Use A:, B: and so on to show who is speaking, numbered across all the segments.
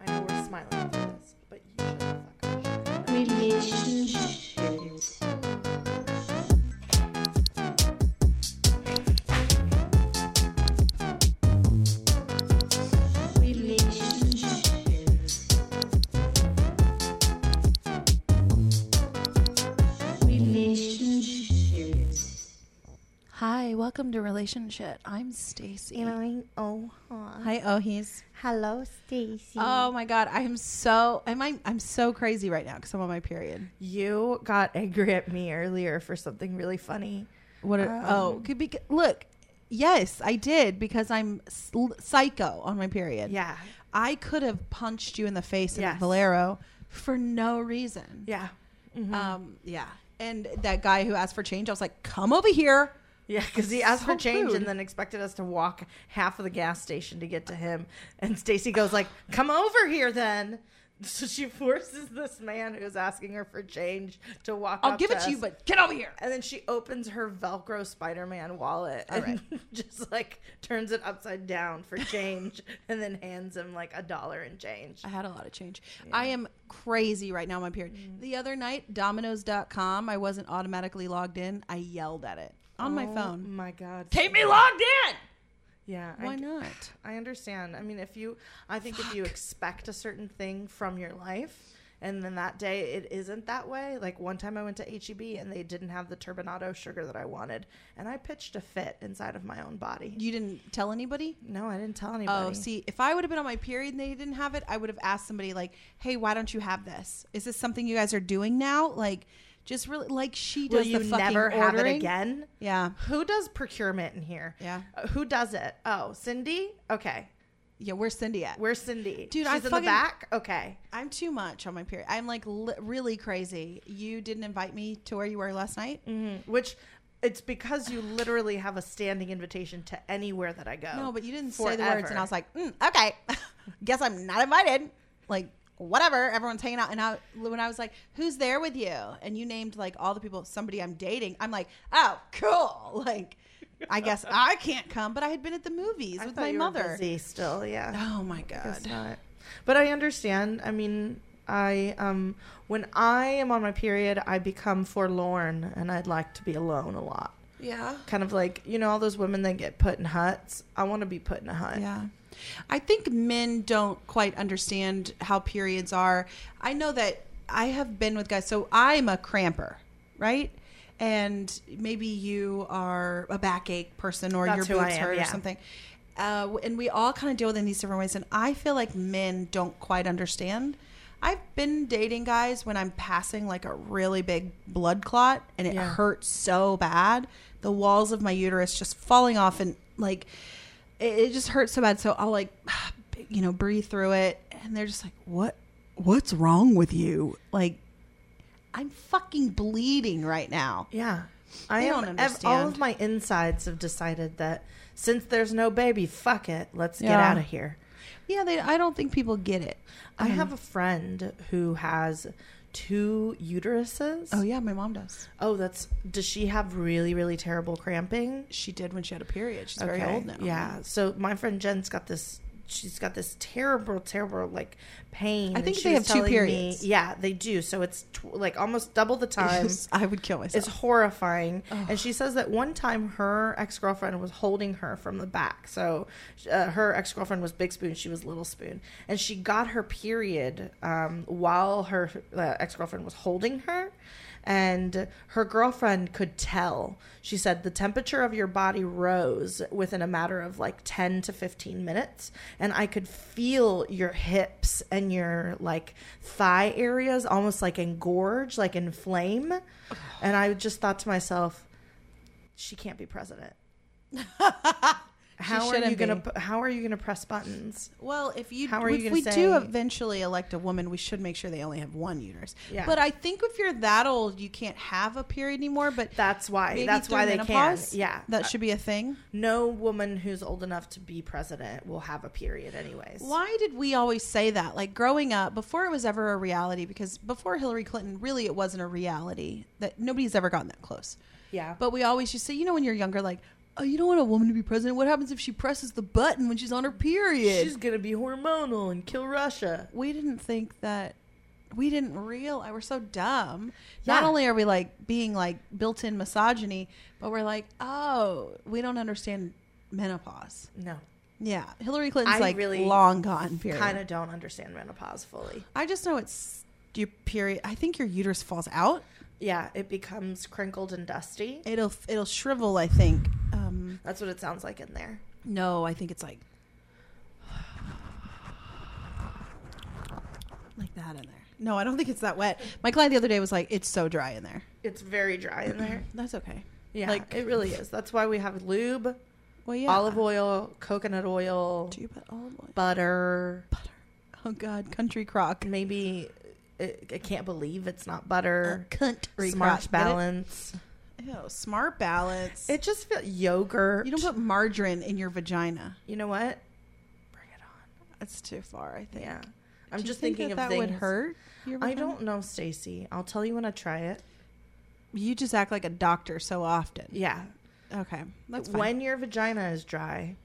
A: I know we're smiling after this, but you shut the fuck up.
B: Relationships. Relationships. Relationships.
C: Hi, welcome to Relationship. I'm Stacy.
D: And I oh hi.
C: Hi, oh he's.
D: Hello, Stacy.
A: Um,
C: Oh my god, I am so am I I'm so crazy right now because I'm on my period.
A: You got angry at me earlier for something really funny.
C: What? Are, oh, could be. Look, yes, I did because I'm sl- psycho on my period.
A: Yeah.
C: I could have punched you in the face
A: Yes.
C: at Valero for no reason.
A: Yeah. Mm-hmm.
C: Um. Yeah. And that guy who asked for change, I was like, "Come over here."
A: Yeah, because he asked
C: So
A: for change
C: rude.
A: and then expected us to walk half of the gas station to get to him. And Stacy goes like, "Come over here, then." So she forces this man who's asking her for change to walk.
C: I'll
A: up
C: give it
A: us.
C: to you, but get over here.
A: And then she opens her Velcro Spider Man wallet
C: All
A: and just like turns it upside down for change and then hands him like a dollar in change.
C: I had a lot of change. I am crazy right now, on my period.
A: Mm.
C: The other night, Domino's.com, I wasn't automatically logged in. I yelled at it on my
A: Oh
C: phone.
A: my God.
C: Keep me logged in!
A: Yeah. I
C: Why
A: g-
C: not?
A: I understand. I mean, if you, I think if you expect a certain thing from your life, and then that day it isn't that way. Like one time I went to HEB and they didn't have the turbinado sugar that I wanted, and I pitched a fit inside of my own body.
C: You didn't tell anybody?
A: No, I didn't tell anybody.
C: Oh, see, if I would have been on my period and they didn't have it, I would have asked somebody, like, hey, why don't you have this? Is this something you guys are doing now? Like, just really, like she
A: will
C: does
A: you
C: the fucking
A: never have it
C: ordering.
A: again?
C: Yeah.
A: Who does procurement in here?
C: Yeah.
A: Uh, who does it? Oh, Cindy. Okay,
C: Yeah, where's Cindy at?
A: where's Cindy?
C: Dude,
A: she's
C: I
A: in the
C: fucking-
A: back. Okay.
C: I'm too much on my period. I'm like li- really crazy. You didn't invite me to where you were last night?
A: Which it's because you literally have a standing invitation to anywhere that I go.
C: No, but you didn't say the words, and I was
A: forever.
C: like, mm, okay, guess I'm not invited. Like, whatever. Everyone's hanging out, and I when I was like, who's there with you? And you named like all the people, somebody I'm dating. I'm like, oh, cool. Like, I guess I can't come, but I had been at the movies
A: I
C: with
A: thought
C: my
A: you were
C: mother.
A: busy still, yeah.
C: Oh my
A: Guess
C: god.
A: not. But I understand. I mean, I um when I am on my period, I become forlorn and I'd like to be alone a lot.
C: Yeah.
A: Kind of like, you know, all those women that get put in huts. I want to be put in a hut.
C: Yeah. I think men don't quite understand how periods are. I know that I have been with guys, so I'm a cramper, right? And maybe you are a backache person or
A: That's
C: your
A: who I
C: boobs
A: am,
C: hurt
A: yeah.
C: or something. Uh, and we all kind of deal with it in these different ways. And I feel like men don't quite understand. I've been dating guys when I'm passing like a really big blood clot and it
A: Yeah.
C: hurts so bad. The walls of my uterus just falling off and like it, it just hurts so bad. So I'll like, you know, breathe through it, and they're just like, "What? What's wrong with you?" Like, I'm fucking bleeding right now.
A: Yeah. I
C: They
A: am,
C: don't
A: ev- all of
C: understand.
A: my insides have decided that since there's no baby, fuck it. Let's get
C: Yeah.
A: out of here.
C: Yeah, they. I don't think people get it. Um,
A: I have a friend who has two uteruses.
C: Oh yeah, my mom does.
A: Oh, that's does she have really really terrible cramping?
C: She did when she had a period. She's very old now.
A: Yeah. So my friend Jen's got this. She's got this terrible, terrible like pain.
C: I
A: and
C: think
A: she
C: they
A: was
C: have two
A: telling me-
C: periods.
A: yeah, they do. So it's tw- like almost double the time.
C: I would kill myself.
A: It's horrifying. And she says that one time her ex girlfriend was holding her from the back. So uh, her ex girlfriend was Big Spoon, she was Little Spoon. And she got her period um, while her uh, ex girlfriend was holding her. And her girlfriend could tell. She said the temperature of your body rose within a matter of like 10 to 15 minutes. And I could feel your hips and your like thigh areas almost like engorge, like inflame. And I just thought to myself, she can't be president. how are
C: shouldn't
A: you gonna?
C: be.
A: p- How are you gonna press buttons?
C: Well, if you
A: How are
C: if
A: you gonna
C: we
A: say-
C: do eventually elect a woman, we should make sure they only have one uterus.
A: Yeah.
C: But I think if you're that old, you can't have a period anymore. But
A: That's why.
C: maybe
A: that's
C: through
A: why they can.
C: menopause,
A: Yeah.
C: that should be a thing.
A: no woman who's old enough to be president will have a period, anyways.
C: Why did we always say that? Like growing up, before it was ever a reality, because before Hillary Clinton, really it wasn't a reality that nobody's ever gotten that close.
A: Yeah.
C: But we always used to say, you know, when you're younger, like, oh, you don't want a woman to be president. What happens if she presses the button when she's on her period?
A: She's gonna be hormonal and kill Russia.
C: we didn't think that we didn't realize we're so dumb. Not
A: Yeah.
C: only are we like being like built in misogyny, but we're like, oh, we don't understand menopause.
A: No,
C: Yeah. Hillary Clinton's
A: I
C: like
A: really
C: long gone period.
A: kind of don't understand menopause fully.
C: I just know it's your period I think your uterus falls out.
A: Yeah, it becomes crinkled and dusty.
C: It'll it'll shrivel, I think. Um
A: That's what it sounds like in there.
C: no, I think it's like like that in there. No, I don't think it's that wet. My client the other day was like, "It's so dry in there."
A: It's very dry in there.
C: That's okay.
A: Yeah,
C: Like-
A: it really is. That's why we have lube,
C: Well, yeah.
A: olive oil, coconut oil,
C: Do you put olive oil?
A: butter.
C: Butter. Oh God, country crock.
A: Maybe it, I can't believe it's not butter.
C: Country
A: Smart
C: crock. Get it?
A: balance.
C: Ew, smart balance.
A: It, just feels yogurt.
C: you don't put margarine in your vagina.
A: You know what? Bring it on.
C: That's too far, I think.
A: Yeah, I'm
C: Do you
A: just
C: think
A: thinking
C: that
A: of
C: that
A: things.
C: would hurt. Your
A: I
C: vagina?
A: don't know, Stacy. I'll tell you when I try it.
C: You just act like a doctor so often.
A: Yeah,
C: Okay, that's fine.
A: when your vagina is dry,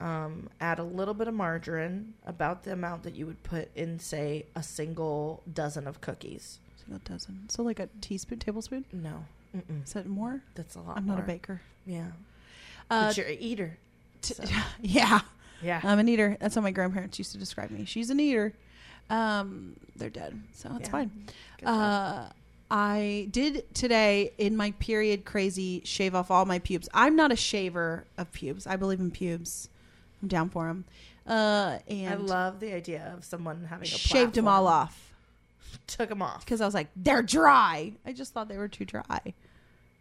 A: um, add a little bit of margarine, about the amount that you would put in, say, a single dozen of cookies.
C: Single dozen. So like a teaspoon, tablespoon.
A: No, Mm-mm.
C: Is that more?
A: that's a lot.
C: I'm not a
A: more.
C: baker.
A: Yeah,
C: Uh,
A: but you're an eater.
C: t-
A: so.
C: yeah.
A: Yeah,
C: I'm an eater. That's how my grandparents used to describe me. She's an eater. Um, they're dead, so it's
A: Yeah.
C: fine.
A: Good
C: Uh, I did today in my period crazy shave off all my pubes. I'm not a shaver of pubes. I believe in pubes. I'm down for them. Uh, and
A: I love the idea of someone having a
C: shaved them all
A: platform.
C: off
A: Took them off.
C: because I was like, they're dry. I just thought they were too dry.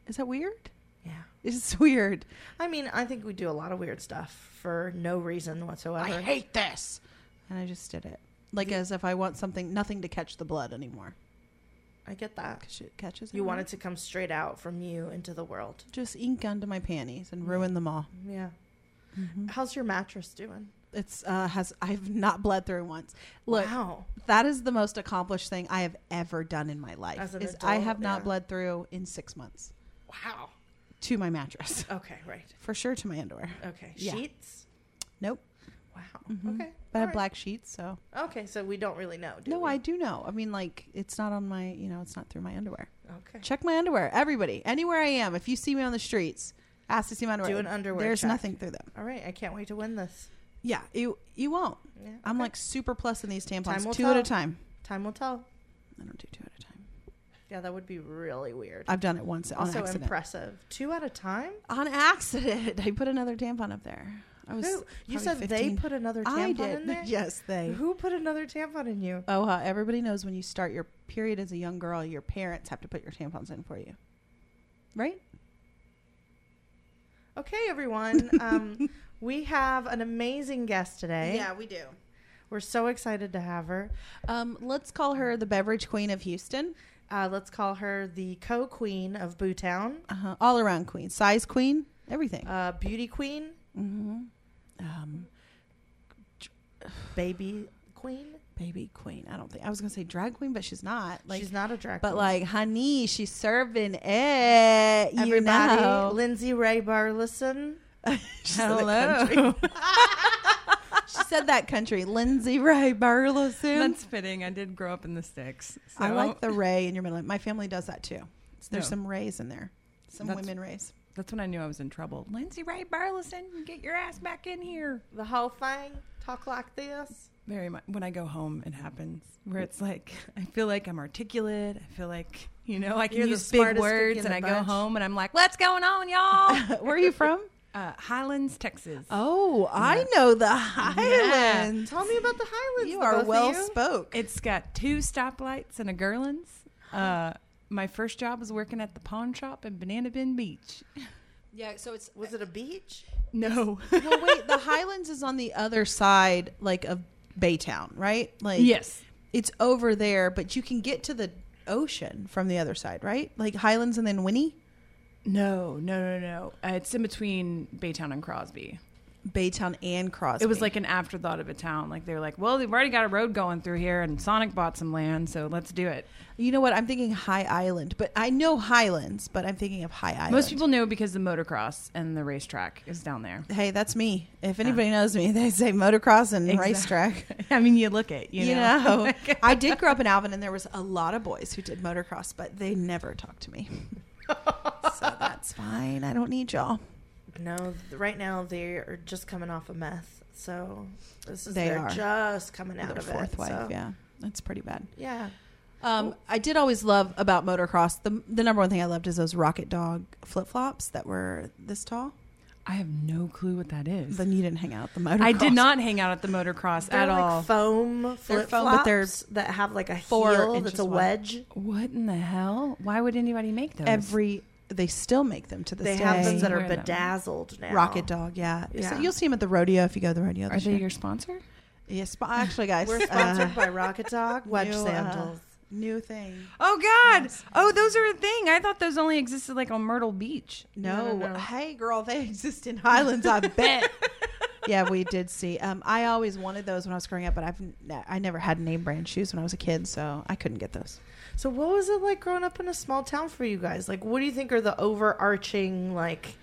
C: Is that weird?
A: Yeah,
C: It's weird.
A: I mean, I think we do a lot of weird stuff for no reason whatsoever.
C: I hate this. And I just did it, like as if I want something, nothing to catch the blood anymore.
A: I get that.
C: 'Cause it catches.
A: You
C: everywhere.
A: want it to come straight out from you into the world.
C: just ink onto my panties and ruin them all. Uh,
A: Yeah.
C: Mm-hmm.
A: How's your mattress doing?
C: It's uh has I've not bled through once. Look,
A: wow.
C: that is the most accomplished thing I have ever done in my life.
A: As an
C: is I
A: adult,
C: have not
A: yeah.
C: bled through in 6 months
A: Wow.
C: to my mattress.
A: Okay, right.
C: For sure to my underwear.
A: Okay.
C: Yeah.
A: Sheets?
C: Nope.
A: Wow.
C: Mhm.
A: Okay. all
C: But I have
A: right.
C: black sheets, so
A: Okay, so we don't really know, do
C: No,
A: we?
C: I do know. I mean like it's not on my, you know, it's not through my underwear.
A: Okay.
C: Check my underwear, everybody. Anywhere I am, if you see me on the streets, ask to see my underwear.
A: Do an underwear
C: There's
A: check.
C: nothing through them.
A: All right, I can't wait to win this.
C: Yeah, you you won't.
A: Yeah.
C: I'm
A: okay.
C: like super plus in these
A: Time
C: tampons,
A: will
C: two at a
A: tell.
C: time.
A: time will tell.
C: I don't do two at a time.
A: Yeah, that would be really weird.
C: I've done it once on
A: also
C: accident.
A: impressive. Two at a time?
C: on accident, I put another tampon up there. I was.
A: Who? You
C: probably
A: said they
C: 15.
A: put another tampon
C: I did.
A: in there?
C: Yes, they.
A: Who put another tampon in you?
C: Oh, huh. everybody knows when you start your period as a young girl, your parents have to put your tampons in for you, right?
A: Okay, everyone. Um, we have an amazing guest today.
C: we do.
A: We're so excited to have her.
C: Um, let's call her the beverage queen of Houston.
A: Uh, let's call her the co queen of Boo Town,
C: Uh-huh. All around queen, size queen, everything.
A: uh, beauty queen,
C: hmm Um,
A: baby queen.
C: baby queen. I don't think I was gonna say drag queen, but she's not. Like,
A: She's not a drag
C: but
A: queen.
C: like, honey, she's serving it. You
A: everybody,
C: know.
A: Lindsay Ray Burleson.
C: She said that
B: Hello.
C: country. she said that country. Lindsay Ray Burleson.
B: That's fitting. I did grow up in the sticks.
C: I
B: so
C: like the Ray in your middle name. My family does that too. So there's
B: No.
C: some Rays in there. Some
B: That's-
C: women Rays.
B: That's when I knew I was in trouble. Lindsay Ray Burleson, get your ass back in here.
A: The whole thing. Talk like this.
B: Very much. When I go home, it happens where it's like I feel like I'm articulate. I feel like you know I can
A: You're the
B: use big
A: smartest cookie
B: words,
A: in
B: and
A: the
B: I go
A: bunch.
B: home and I'm like, "What's going on, y'all?"
C: Where are you from?
B: uh, Highlands, Texas.
C: Oh, I know the Highlands.
A: Tell me about the Highlands.
C: You
A: the both
C: are
A: of
C: well
A: you.
C: spoke.
B: It's got two stoplights and a Gerlins. Uh, my first job was working at the pawn shop in Banana Bend Beach.
C: Yeah, so it's
A: Was it a beach?
B: No.
C: well oh, wait, the Highlands is on the other side like of Baytown, right? Like
B: yes.
C: It's over there, but you can get to the ocean from the other side, right? Like Highlands and then Winnie?
B: No, no, no, no. Uh, it's in between Baytown and Crosby.
C: Baytown and Crosby.
B: It was like an afterthought of a town. Like they were like, well, they've already got a road going through here, and Sonic bought some land, so let's do it.
C: you know what? I'm thinking High Island, but I know Highlands, but I'm thinking of High Island.
B: Most people know because the motocross and the racetrack is down there.
C: Hey, that's me. If anybody knows me, they say motocross and
B: Exact-
C: racetrack.
B: I mean, you look it, you,
C: You
B: know.
C: know, I did grow up in Alvin, and there was a lot of boys who did motocross, but they never talked to me. so that's fine. I don't need y'all.
A: No, th- right now they are just coming off of meth, so this is
C: They
A: they're
C: are.
A: just coming out
C: Their
A: of
C: fourth
A: it.
C: wife,
A: so-
C: yeah, that's pretty bad.
A: yeah.
C: Um, I did always love about motocross. The the number one thing I loved is those rocket dog flip flops that were this tall.
B: I have no clue what that is.
C: Then you didn't hang out at the motocross.
B: I did not hang out at the motocross
A: They're
B: at
A: like
B: all.
A: foam
C: They're
A: flip
C: foam, but they're
A: flops that have like a
C: four
A: heel that's
C: inches
A: a
C: wide.
A: wedge.
B: what in the hell? Why would anybody make those?
C: Every they still make them to this
A: They
C: day.
A: have those that are
B: Wear them.
A: bedazzled now.
C: rocket dog. Yeah, So
A: Yeah.
C: you'll see them at the rodeo if you go to the rodeo.
B: Are
C: This
B: they
C: year.
B: your sponsor?
C: yeah, sp- actually, guys,
A: We're
C: uh,
A: sponsored by Rocket Dog wedge
C: new, uh,
A: sandals.
C: new thing.
B: Oh God! Oh, those are a thing. I thought those only existed like on Myrtle Beach.
C: No.
A: No, no, no.
C: Hey, girl, they exist in Highlands, I bet. yeah, we did see. Um, I always wanted those when I was growing up, but I've n- I never had name brand shoes when I was a kid, so I couldn't get those.
A: So what was it like growing up in a small town for you guys? Like what do you think are the overarching like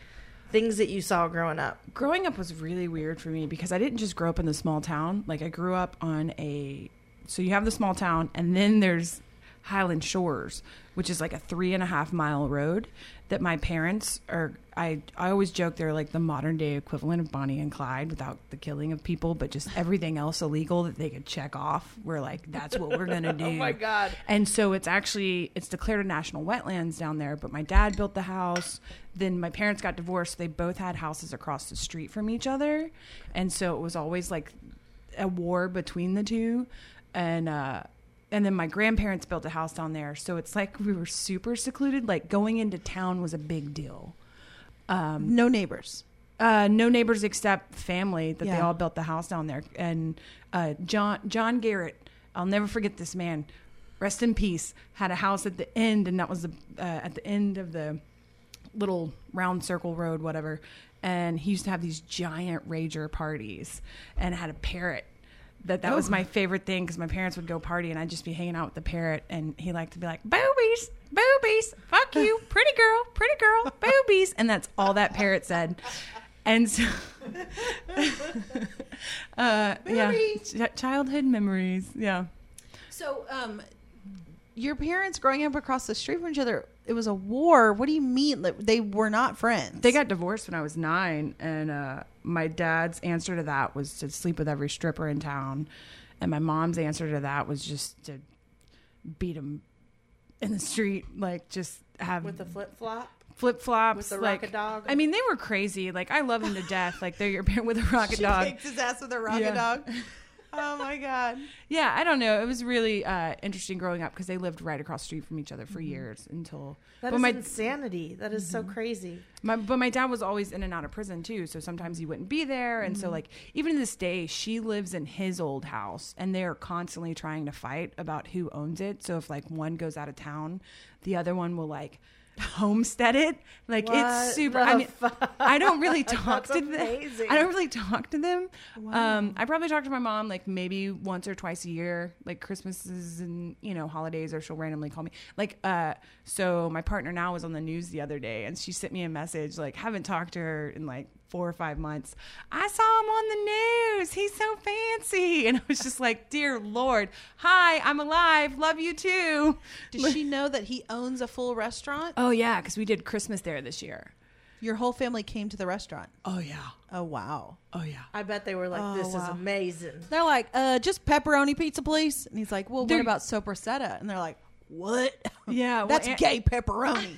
A: things that you saw growing up?
B: growing up was really weird for me because I didn't just grow up in the small town. Like I grew up on a so you have the small town and then there's Highland Shores, which is like a three and a half mile road that my parents are I I always joke they're like the modern day equivalent of Bonnie and Clyde without the killing of people, but just everything else illegal that they could check off. We're like, that's what we're gonna do. oh
A: my God.
B: and so it's actually it's declared a national wetlands down there but my dad built the house then my parents got divorced they both had houses across the street from each other and so it was always like a war between the two and uh and then my grandparents built a house down there so it's like we were super secluded like going into town was a big deal um
C: No neighbors.
B: uh, no neighbors except family that they
C: Yeah.
B: all built the house down there. And uh, John John Garrett, I'll never forget this man. Rest in peace. Had a house at the end, and that was the uh, at the end of the little round circle road, whatever. And he used to have these giant rager parties, and had a parrot. That that was my favorite thing because my parents would go party, and I'd just be hanging out with the parrot, and he liked to be like boobies. Boobies, fuck you, pretty girl, pretty girl, boobies, and that's all that parrot said. And so, uh, yeah,
C: Memories.
B: Ch- childhood memories. Yeah,
C: So, um, your parents growing up across the street from each other, it was a war. What do you mean? Like, they were not friends.
B: they got divorced when I was nine, and uh, my dad's answer to that was to sleep with every stripper in town, and my mom's answer to that was just to beat him in the street, like just have
A: With the flip flop?
B: flip flops,
A: with the
B: like
A: rocket dog?
B: I mean, they were crazy. Like I love them to death. Like they're your parent with a rocket dog.
C: kicked his ass with a rocket
B: Yeah.
C: dog. Oh my god!
B: Yeah, I don't know. It was really uh, interesting growing up because they lived right across the street from each other for years until.
A: Mm-hmm. That is
B: but my Mm-hmm.
A: insanity. That is so crazy.
B: my but my dad was always in and out of prison too, so sometimes he wouldn't be there, and
A: Mm-hmm.
B: so like even to this day, she lives in his old house, and they are constantly trying to fight about who owns it. So if like one goes out of town, the other one will like homestead it. Like
A: What
B: it's super.
A: the
B: I mean, I don't really talk
A: That's
B: to
A: amazing.
B: them. I don't really talk to them. Um, I probably talk to my mom like maybe once or twice a year, like Christmases and you know holidays, or she'll randomly call me. Like, uh, so my partner now was on the news the other day, and she sent me a message like, haven't talked to her in like four or five months. I saw him on the news. He's so fancy, and I was just like, dear lord, hi, I'm alive. Love you too.
C: Did she know that he owns a full restaurant?
B: Oh yeah, because we did Christmas there this year.
C: Your whole family came to the restaurant.
B: Oh yeah.
C: Oh wow!
B: Oh yeah.
A: I bet they were like,
C: Oh,
A: This is
C: wow.
A: amazing.
C: They're like, uh, just pepperoni pizza, please. And he's like, well,
B: They're-
C: what about sopressata? And they're like, what?
B: Yeah, well,
C: That's
B: and-
C: gay pepperoni.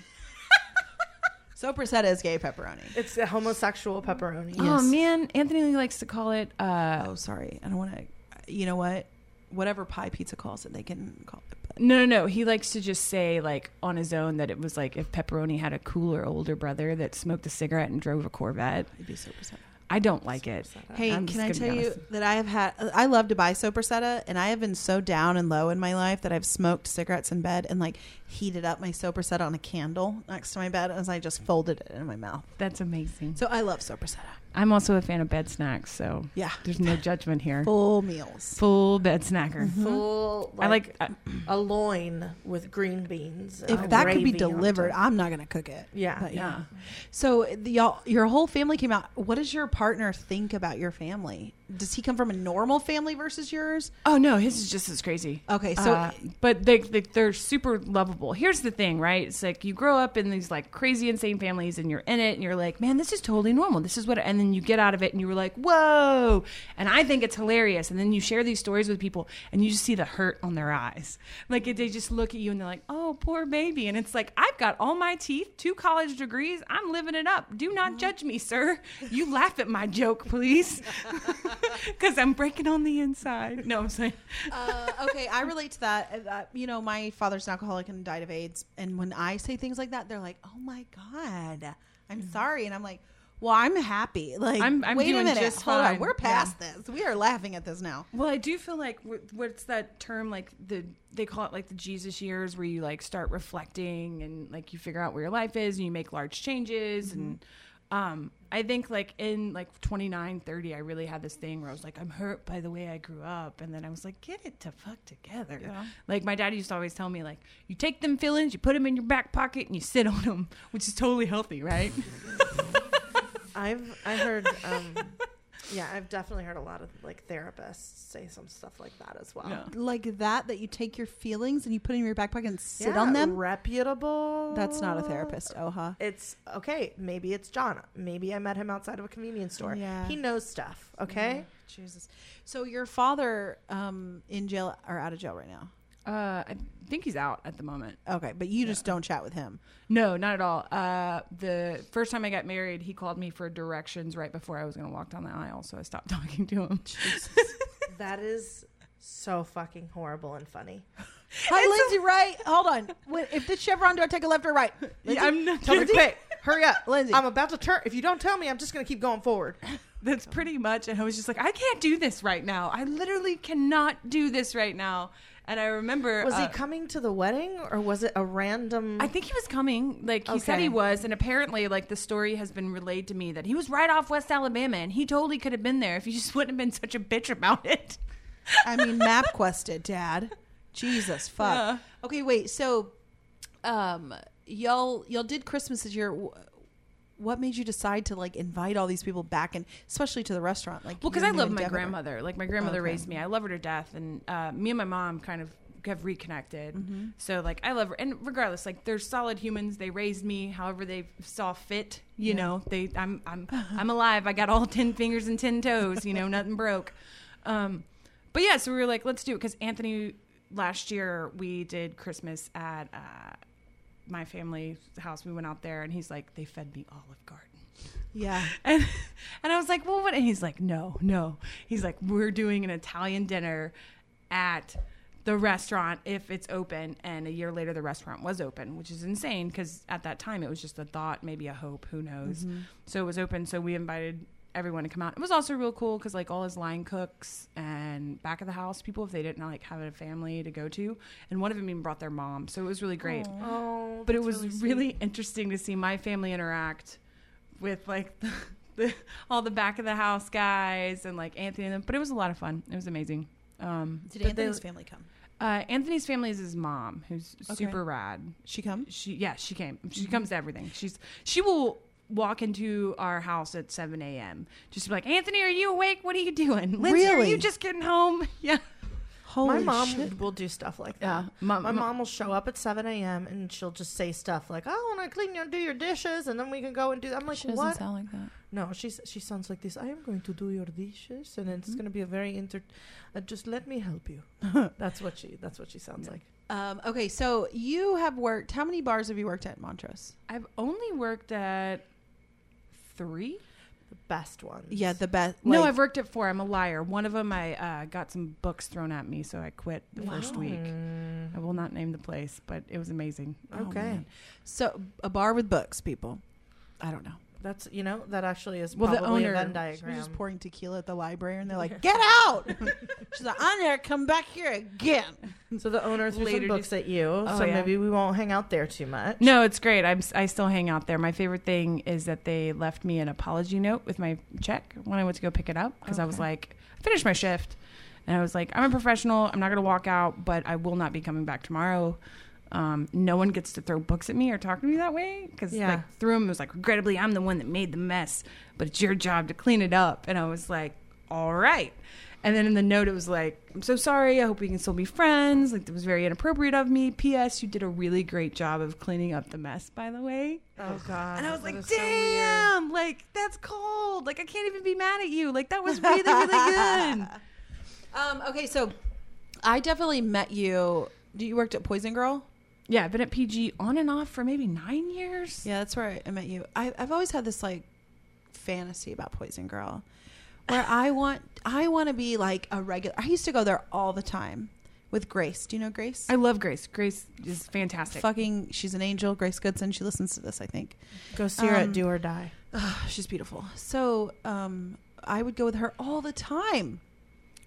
C: sopressata is gay pepperoni.
A: It's a homosexual pepperoni.
B: Oh man, Anthony Lee likes to call it. Uh,
C: Oh, sorry. I don't want to. You know what? Whatever pie pizza calls it, they can call it. But
B: no, no, no. He likes to just say like on his own that it was like if Pepperoni had a cooler older brother that smoked a cigarette and drove a Corvette.
C: it'd be sopressata.
B: I don't like it.
C: Hey,
B: I'm just
C: can I
B: gonna be
C: tell you
B: honest.
C: that I have had? uh, I love to buy sopressata, and I have been so down and low in my life that I've smoked cigarettes in bed and like heated up my sopressata on a candle next to my bed as I just folded it in my mouth.
B: That's amazing.
C: So I love sopressata.
B: I'm also a fan of bed snacks, so
C: Yeah.
B: there's no judgment here.
C: Full
B: Full,
C: Mm-hmm. meals.
B: bed snacker.
A: Full.
B: I like uh, I,
A: a loin with green beans. and
C: If that could be
A: gravy on
C: delivered,
A: top.
C: I'm not gonna cook it.
A: Yeah.
C: But
B: yeah.
C: So the, y'all, your whole family came out. What does your partner think about your family? Does he come from a normal family versus yours?
B: Oh no, his is just as crazy.
C: Okay, so-
B: Uh, but they, they they're super lovable. Here's the thing, right? It's like you grow up in these like crazy insane families, and you're in it, and you're like, man, this is totally normal. This is what, and then you get out of it, and you were like, whoa. And I think it's hilarious. And then you share these stories with people, and you just see the hurt on their eyes. Like they just look at you, and they're like, oh, poor baby. And it's like I've got all my teeth, two college degrees. I'm living it up. Do not judge me, sir. You laugh at my joke, please. Because I'm breaking on the inside. No, I'm saying.
C: uh, okay, I relate to that. Uh, you know, my father's an alcoholic and died of AIDS. And when I say things like that, they're like, "Oh my god, I'm sorry," and I'm like, "Well, I'm happy." Like,
B: I'm- I'm
C: wait a
B: doing
C: minute,
B: just
C: hold
B: fine.
C: on, we're past this. We are laughing at this now.
B: Well, I do feel like wh- what's that term? Like the they call it like the Jesus years, where you like start reflecting and like you figure out where your life is and you make large changes. And um, I think like in like 29, 30, I really had this thing where I was like, I'm hurt by the way I grew up, and then I was like, get it to fuck together. Like my dad used to always tell me, like you take them feelings, you put them in your back pocket, and you sit on them, which is totally healthy, right?
A: I've I heard. Um, yeah, I've definitely heard a lot of like therapists say some stuff like that as well.
B: Yeah.
C: Like that, that you take your feelings and you put it in your back pocket and sit
A: Yeah,
C: on them.
A: Reputable.
C: That's not a therapist,
B: Oh,
C: Oha.
A: It's okay. Maybe it's John. Maybe I met him outside of a convenience store.
C: Yeah.
A: He knows stuff. Okay.
C: Jesus. So your father um in jail or out of jail right now?
B: Uh, I think he's out at the moment.
C: Okay, but you just don't chat with him.
B: No, not at all. Uh, the first time I got married, he called me for directions right before I was going to walk down the aisle, so I stopped talking to him.
A: That is so fucking horrible and funny.
C: Hi, Lindsay. right? Hold on. Wait, if this Chevron, do I take a left or right? Lindsay?
B: I'm not
A: Tell me quick. Hurry up,
C: Lindsay.
A: I'm about to turn. If you don't tell me, I'm just gonna keep going forward.
B: That's pretty much. And I was just like, I can't do this right now. I literally cannot do this right now. And I remember
A: Was he
B: uh,
A: coming to the wedding or was it a random?
B: I think he was coming. Like he said he
A: Okay.
B: was, and apparently, like the story has been relayed to me that he was right off West Alabama, and he totally could have been there if he just wouldn't have been such a bitch about it.
C: I mean, MapQuest it, Dad. Jesus fuck.
B: Yeah.
C: Okay, wait. So, um, y'all y'all did Christmas this year. Wh- What made you decide to like invite all these people back and especially to the restaurant? Like,
B: Well,
C: you
B: because I
C: didn't
B: love
C: even
B: my
C: decorate.
B: grandmother. Like my grandmother
C: Okay.
B: raised me. I love her to death, and uh, me and my mom kind of have reconnected. So like I love her, and regardless, like they're solid humans. They raised me however they saw fit. You know, they I'm I'm I'm alive. I got all ten fingers and ten toes. You know, nothing broke. Um, but yeah, so we were like, let's do it because Anthony. Last year we did Christmas at uh, my family's house. We went out there, and he's like, they fed me Olive Garden.
C: Yeah.
B: And and I was like, well, what? And he's like, no, no. He's like, we're doing an Italian dinner at the restaurant if it's open. And a year later, the restaurant was open, which is insane because at that time it was just a thought, maybe a hope, who knows. So it was open. So we invited everyone to come out. It was also real cool because like all his line cooks and back of the house people, if they didn't like have a family to go to, and one of them even brought their mom. So it was really great
A: Oh,
B: but it
A: that's
B: was
A: sweet.
B: really, interesting to see my family interact with like the, the all the back of the house guys and like Anthony and them. But it was a lot of fun. It was amazing. Um,
C: Did
A: But
C: Anthony's
A: they-
C: family come?
B: uh, Anthony's family is his mom, who's
C: Okay.
B: super rad.
C: She come?
B: She yeah, she came. She comes to everything. She's she will walk into our house at seven a.m. Just be like, Anthony, are you awake? What are you doing? Lindsay, are
C: Really?
B: you just getting home? Yeah,
A: my
C: Holy
A: mom
C: shit.
A: will do stuff like that.
B: yeah. Mom,
A: My mom will show up at 7 a.m. and she'll just say stuff like, "I want to clean your do your dishes, and then we can go and do." I'm like, "What?
B: sound like that.
A: No, she s- she sounds like this. I am going to do your dishes, and it's going to be a very inter. Uh, just let me help you. that's what she. That's what she sounds like.
C: Um, okay, so you have worked. How many bars have you worked at in Montrose?
B: I've only worked at three.
A: The best ones.
C: Yeah, the best.
B: no,
C: like-
B: I've worked at four. I'm a liar. One of them, I uh, got some books thrown at me, so I quit the first week.
A: Mm-hmm.
B: I will not name the place, but it was amazing.
C: Oh,
A: Okay.
C: man. so a bar with books, people. I don't know.
A: That's you know that actually is
B: Well, the
A: probably
B: owner-
A: a Venn
C: She was
A: diagram.
C: just pouring tequila at the library, and they're like, "Get out!" She's like, "I'm never come back here again."
A: so the owner threw
B: Later Oh,
A: some books at you, so
B: yeah.
A: maybe we won't hang out there too much.
B: No, it's great. I'm s- I still hang out there. My favorite thing is that they left me an apology note with my check when I went to go pick it up because I was like, I finished my shift, and I was like, I'm a professional. I'm not going to walk out, but I will not be coming back tomorrow. Um, no one gets to throw books at me or talk to me that way because
A: Yeah.
B: like through them it was like regrettably I'm the one that made the mess, but it's your job to clean it up. And I was like, all right. And then in the note, it was like, I'm so sorry. I hope we can still be friends. Like, it was very inappropriate of me. P.S. You did a really great job of cleaning up the mess, by the way.
A: Oh God!
B: And I was
A: that
B: like,
A: is so weird.
B: damn, like, that's cold. Like, I can't even be mad at you. Like, that was really, really good.
C: Um, okay, so I definitely met you. Do you worked at Poison Girl?
B: Yeah, I've been at PG on and off for maybe nine years.
C: Yeah, that's where I met you. I, I've always had this like fantasy about Poison Girl, where I want I want to be like a regular. I used to go there all the time with Grace. Do you know Grace?
B: I love Grace. Grace is fantastic.
C: Fucking, she's an angel, Grace Goodson. She listens to this, I think.
A: Go see her
C: Um,
A: at Do or Die.
C: She's beautiful. So um, I would go with her all the time.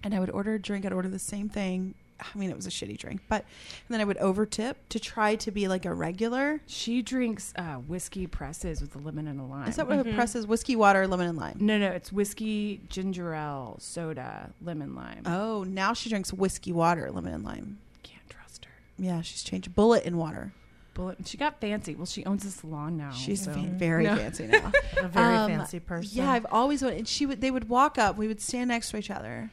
C: And I would order a drink. I'd order the same thing. I mean, it was a shitty drink, but and then I would overtip to try to be like a regular.
B: She drinks uh, whiskey presses with a lemon and a lime.
C: Is that what it presses? Whiskey, water, lemon, and lime.
B: No, no, it's whiskey, ginger ale, soda, lemon lime.
C: Oh, now she drinks whiskey, water, lemon, and lime.
B: Can't trust her.
C: Yeah, she's changed. Bullet and water.
B: Bullet. She got fancy. Well, she owns a salon now.
C: she's
B: so- mm-hmm.
C: fa- very
B: No.
C: fancy now.
A: A very
C: Um,
A: fancy person.
C: Yeah, I've always wanted. And she would. They would walk up. We would stand next to each other,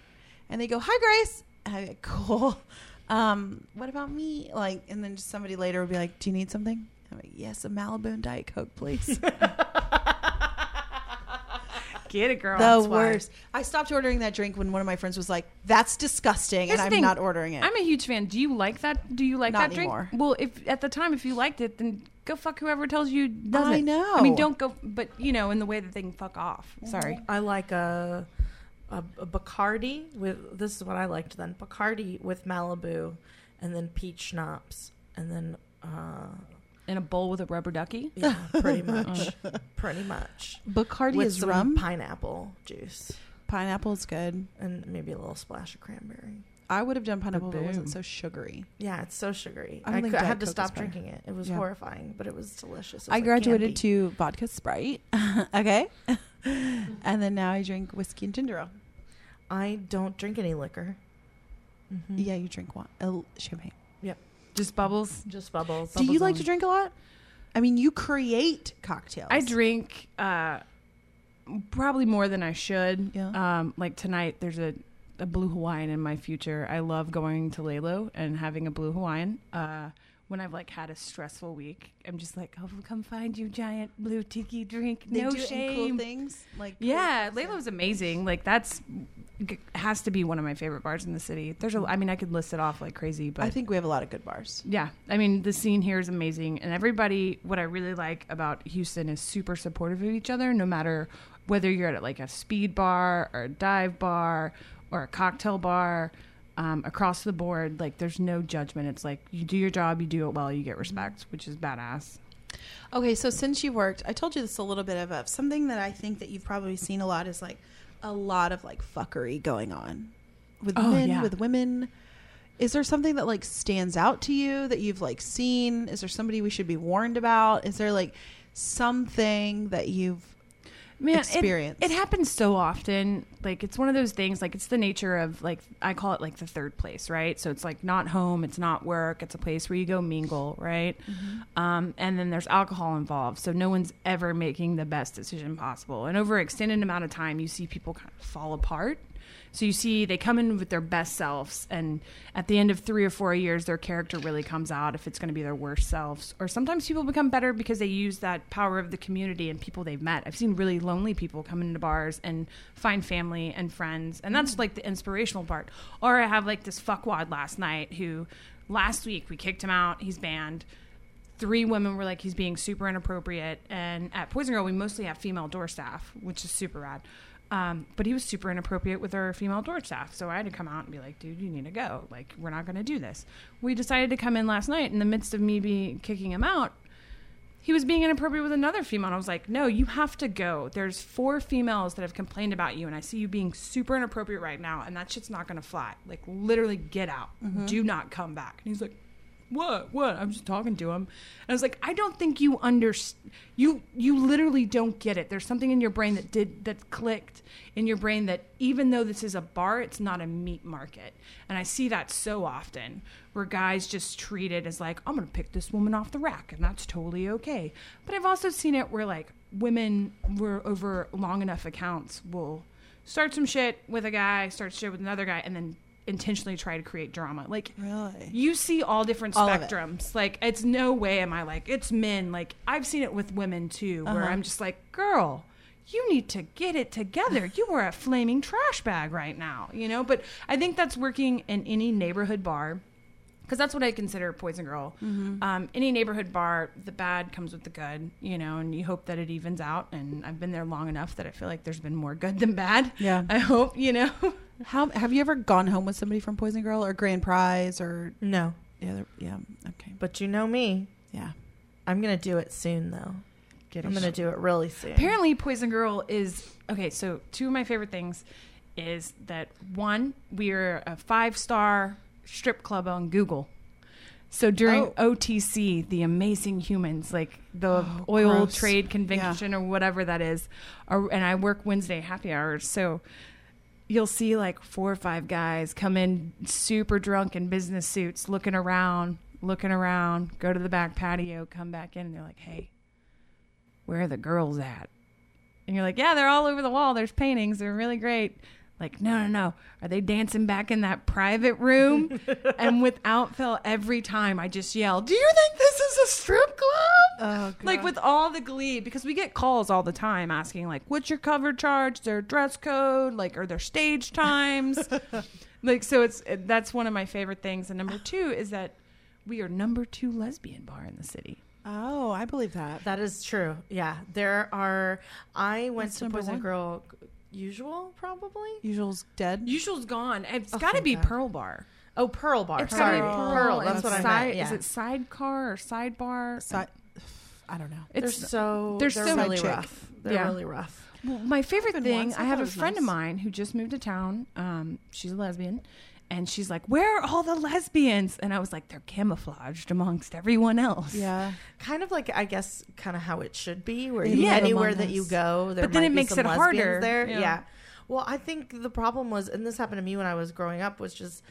C: and they go, "Hi, Grace." And I'd be like, "Cool." Um, what about me? Like, and then just somebody later would be like, "Do you need something?" I'm like, "Yes, a Malibu and Diet Coke, please."
B: Get it, girl.
C: the
B: That's why.
C: worst. I stopped ordering that drink when one of my friends was like, "That's disgusting,"
B: Here's
C: and
B: the
C: I'm
B: thing.
C: not ordering it.
B: I'm a huge fan. Do you like that? Do you like
C: Not
B: that drink?
C: anymore.
B: Well, if at the time if you liked it, then go fuck whoever tells you doesn't.
C: know.
B: I mean, don't go, but you know, in the way that they can fuck off. Sorry.
A: I like a, a a Bacardi with this is what I liked then Bacardi with Malibu, and then peach schnapps, and then uh,
B: In a bowl with a rubber ducky.
A: yeah, pretty much, pretty much
C: Bacardi
A: with
C: is
A: some
C: rum.
A: pineapple juice,
C: Pineapple's good.
A: and maybe a little splash of cranberry.
C: I would have done pineapple if it wasn't
B: Boom.
C: so sugary.
A: Yeah, it's so sugary.
C: I
A: I,
C: don't think
A: cou- I
C: Diet
A: had to
C: Coke is
A: stop
C: better.
A: drinking it. It was
C: Yeah.
A: horrified, but it was delicious. It was
C: I
A: like
C: graduated
A: candy.
C: to vodka Sprite. okay. and then now I drink whiskey and ginger ale.
A: I don't drink any liquor.
B: Mm-hmm.
A: Mhm.
C: Yeah, you drink wine, uh, champagne.
B: Just bubbles.
A: just bubbles.
C: Do you
B: Bubbles
C: like
B: on.
C: to drink a lot? I mean, you create cocktails.
B: I drink uh, probably more than I should.
C: Yeah.
B: Um, like tonight, there's a, a blue Hawaiian in my future. I love going to Lalo and having a blue Hawaiian. Uh, when I've like had a stressful week, I'm just like, oh, come find you, giant blue tiki drink.
C: They
B: no
C: do it in
B: shame.
C: cool things like cool-
B: Yeah, Lalo's amazing. Like that's g- has to be one of my favorite bars in the city. There's a, I mean, I could list it off like crazy, but
C: I think we have a lot of good bars.
B: yeah, I mean, the scene here is amazing, and everybody. What I really like about Houston is super supportive of each other, no matter whether you're at like a speed bar or a dive bar or a cocktail bar. Um, across the board, like there's no judgment. It's like you do your job, you do it well, you get respect, which is badass.
C: Okay, so since you worked, I told you this a little bit of something that I think that you've probably seen a lot is like a lot of like fuckery going on with
B: Oh,
C: men,
B: yeah.
C: with women. Is there something that like stands out to you that you've like seen? Is there somebody we should be warned about? Is there like something that you've
B: Man, it-
C: experience.
B: It, happens so often. Like it's one of those things. Like it's the nature of like I call it like the third place, right? So it's like not home, it's not work, it's a place where you go mingle, right? Um, and then there's alcohol involved, so no one's ever making the best decision possible. And over an extended amount of time, you see people kind of fall apart. So you see they come in with their best selves, and at the end of three or four years, their character really comes out if it's going to be their worst selves. Or sometimes people become better because they use that power of the community and people they've met. I've seen really lonely people come into bars and find family and friends, and that's like the inspirational part. Or I have like this fuckwad last night who last week we kicked him out, he's banned three women were like he's being super inappropriate and at poison girl we mostly have female door staff which is super rad um, but he was super inappropriate with our female door staff so i had to come out and be like dude you need to go like we're not going to do this we decided to come in last night in the midst of me be kicking him out he was being inappropriate with another female. And I was like, no, you have to go. There's four females that have complained about you, and I see you being super inappropriate right now, and that shit's not gonna fly. Like, literally, get out. Do not come back. And he's like, what? What? I'm just talking to him. And I was like, I don't think you understand. You you literally don't get it. There's something in your brain that did that clicked in your brain that even though this is a bar, it's not a meat market. And I see that so often where guys just treat it as like, I'm going to pick this woman off the rack and that's totally okay. But I've also seen it where like women were over long enough accounts will start some shit with a guy, start shit with another guy, and then intentionally try to create drama. Like,
C: Really?
B: you see all different
C: All of it.
B: spectrums. Like, it's no way am I like, it's men. Like, I've seen it with women too, where I'm just like, girl, you need to get it together. You are a flaming trash bag right now, you know? But I think that's working in any neighborhood bar. Because that's what I consider Poison Girl. Um, any neighborhood bar, the bad comes with the good, you know, and you hope that it evens out. And I've been there long enough that I feel like there's been more good than bad.
C: Yeah.
B: I hope, you know.
C: How have you ever gone home with somebody from Poison Girl or Grand Prize or
A: No,
C: yeah, they're- yeah, okay,
A: but you know me.
C: yeah.
A: I'm gonna do it soon, though.
C: Get
A: I'm gonna do it really soon.
B: Apparently, Poison Girl is okay. So, two of my favorite things is that one, we're a five star strip club on Google. So during OTC, the amazing humans, like the oil
C: gross.
B: trade convention or whatever that is, are, and I work Wednesday happy hours. So you'll see like four or five guys come in super drunk in business suits, looking around, looking around, go to the back patio, come back in, and they're like, hey, where are the girls at? And you're like, yeah, they're all over the wall. There's paintings. They're really great. Like, no, no, no. Are they dancing back in that private room? and without fail, every time I just yell, do you think this is a strip club?
C: Oh, God.
B: like with all the glee, because we get calls all the time asking, like, what's your cover charge? Their dress code? Like, are there stage times? like, so it's that's one of my favorite things. And number two is that we are number two lesbian bar in the city.
C: Oh, I believe that.
A: That is true. Yeah, there are. I went
C: What's
A: to
C: number
A: Poison
C: one?
A: Girl usual's probably.
C: Usual's dead.
B: Usual's gone. It's
A: Oh,
B: got to
A: thank
B: be
A: God.
B: Pearl Bar.
A: Oh, Pearl Bar.
B: It's
A: Sorry,
B: gotta be
A: Pearl.
B: and
A: That's what I
B: side-
A: meant. Yeah.
B: Is it sidecar or sidebar?
C: Si- I don't know.
A: they're
B: It's
A: so
B: they're
A: they're,
B: so-
A: really
C: Side chick.
A: rough. They're
B: Yeah.
A: really rough.
B: well, my favorite
C: I've been
B: thing.
C: once. I
B: I
C: thought
B: have a
C: it was
B: friend of
C: nice.
B: mine who just moved to town. Um, she's a lesbian, and she's like, "Where are all the lesbians?" And I was like, "They're camouflaged amongst everyone else."
C: Yeah.
A: Kind of like I guess kind of how it should be, where
C: They
A: you,
B: live
A: anywhere
C: among
A: that you
C: us.
A: go, there
B: But then
A: might
B: it
A: be
B: makes
A: some
B: it
A: lesbians
B: harder.
A: There,
B: Yeah.
A: yeah. Well, I think the problem was, and this happened to me when I was growing up, was just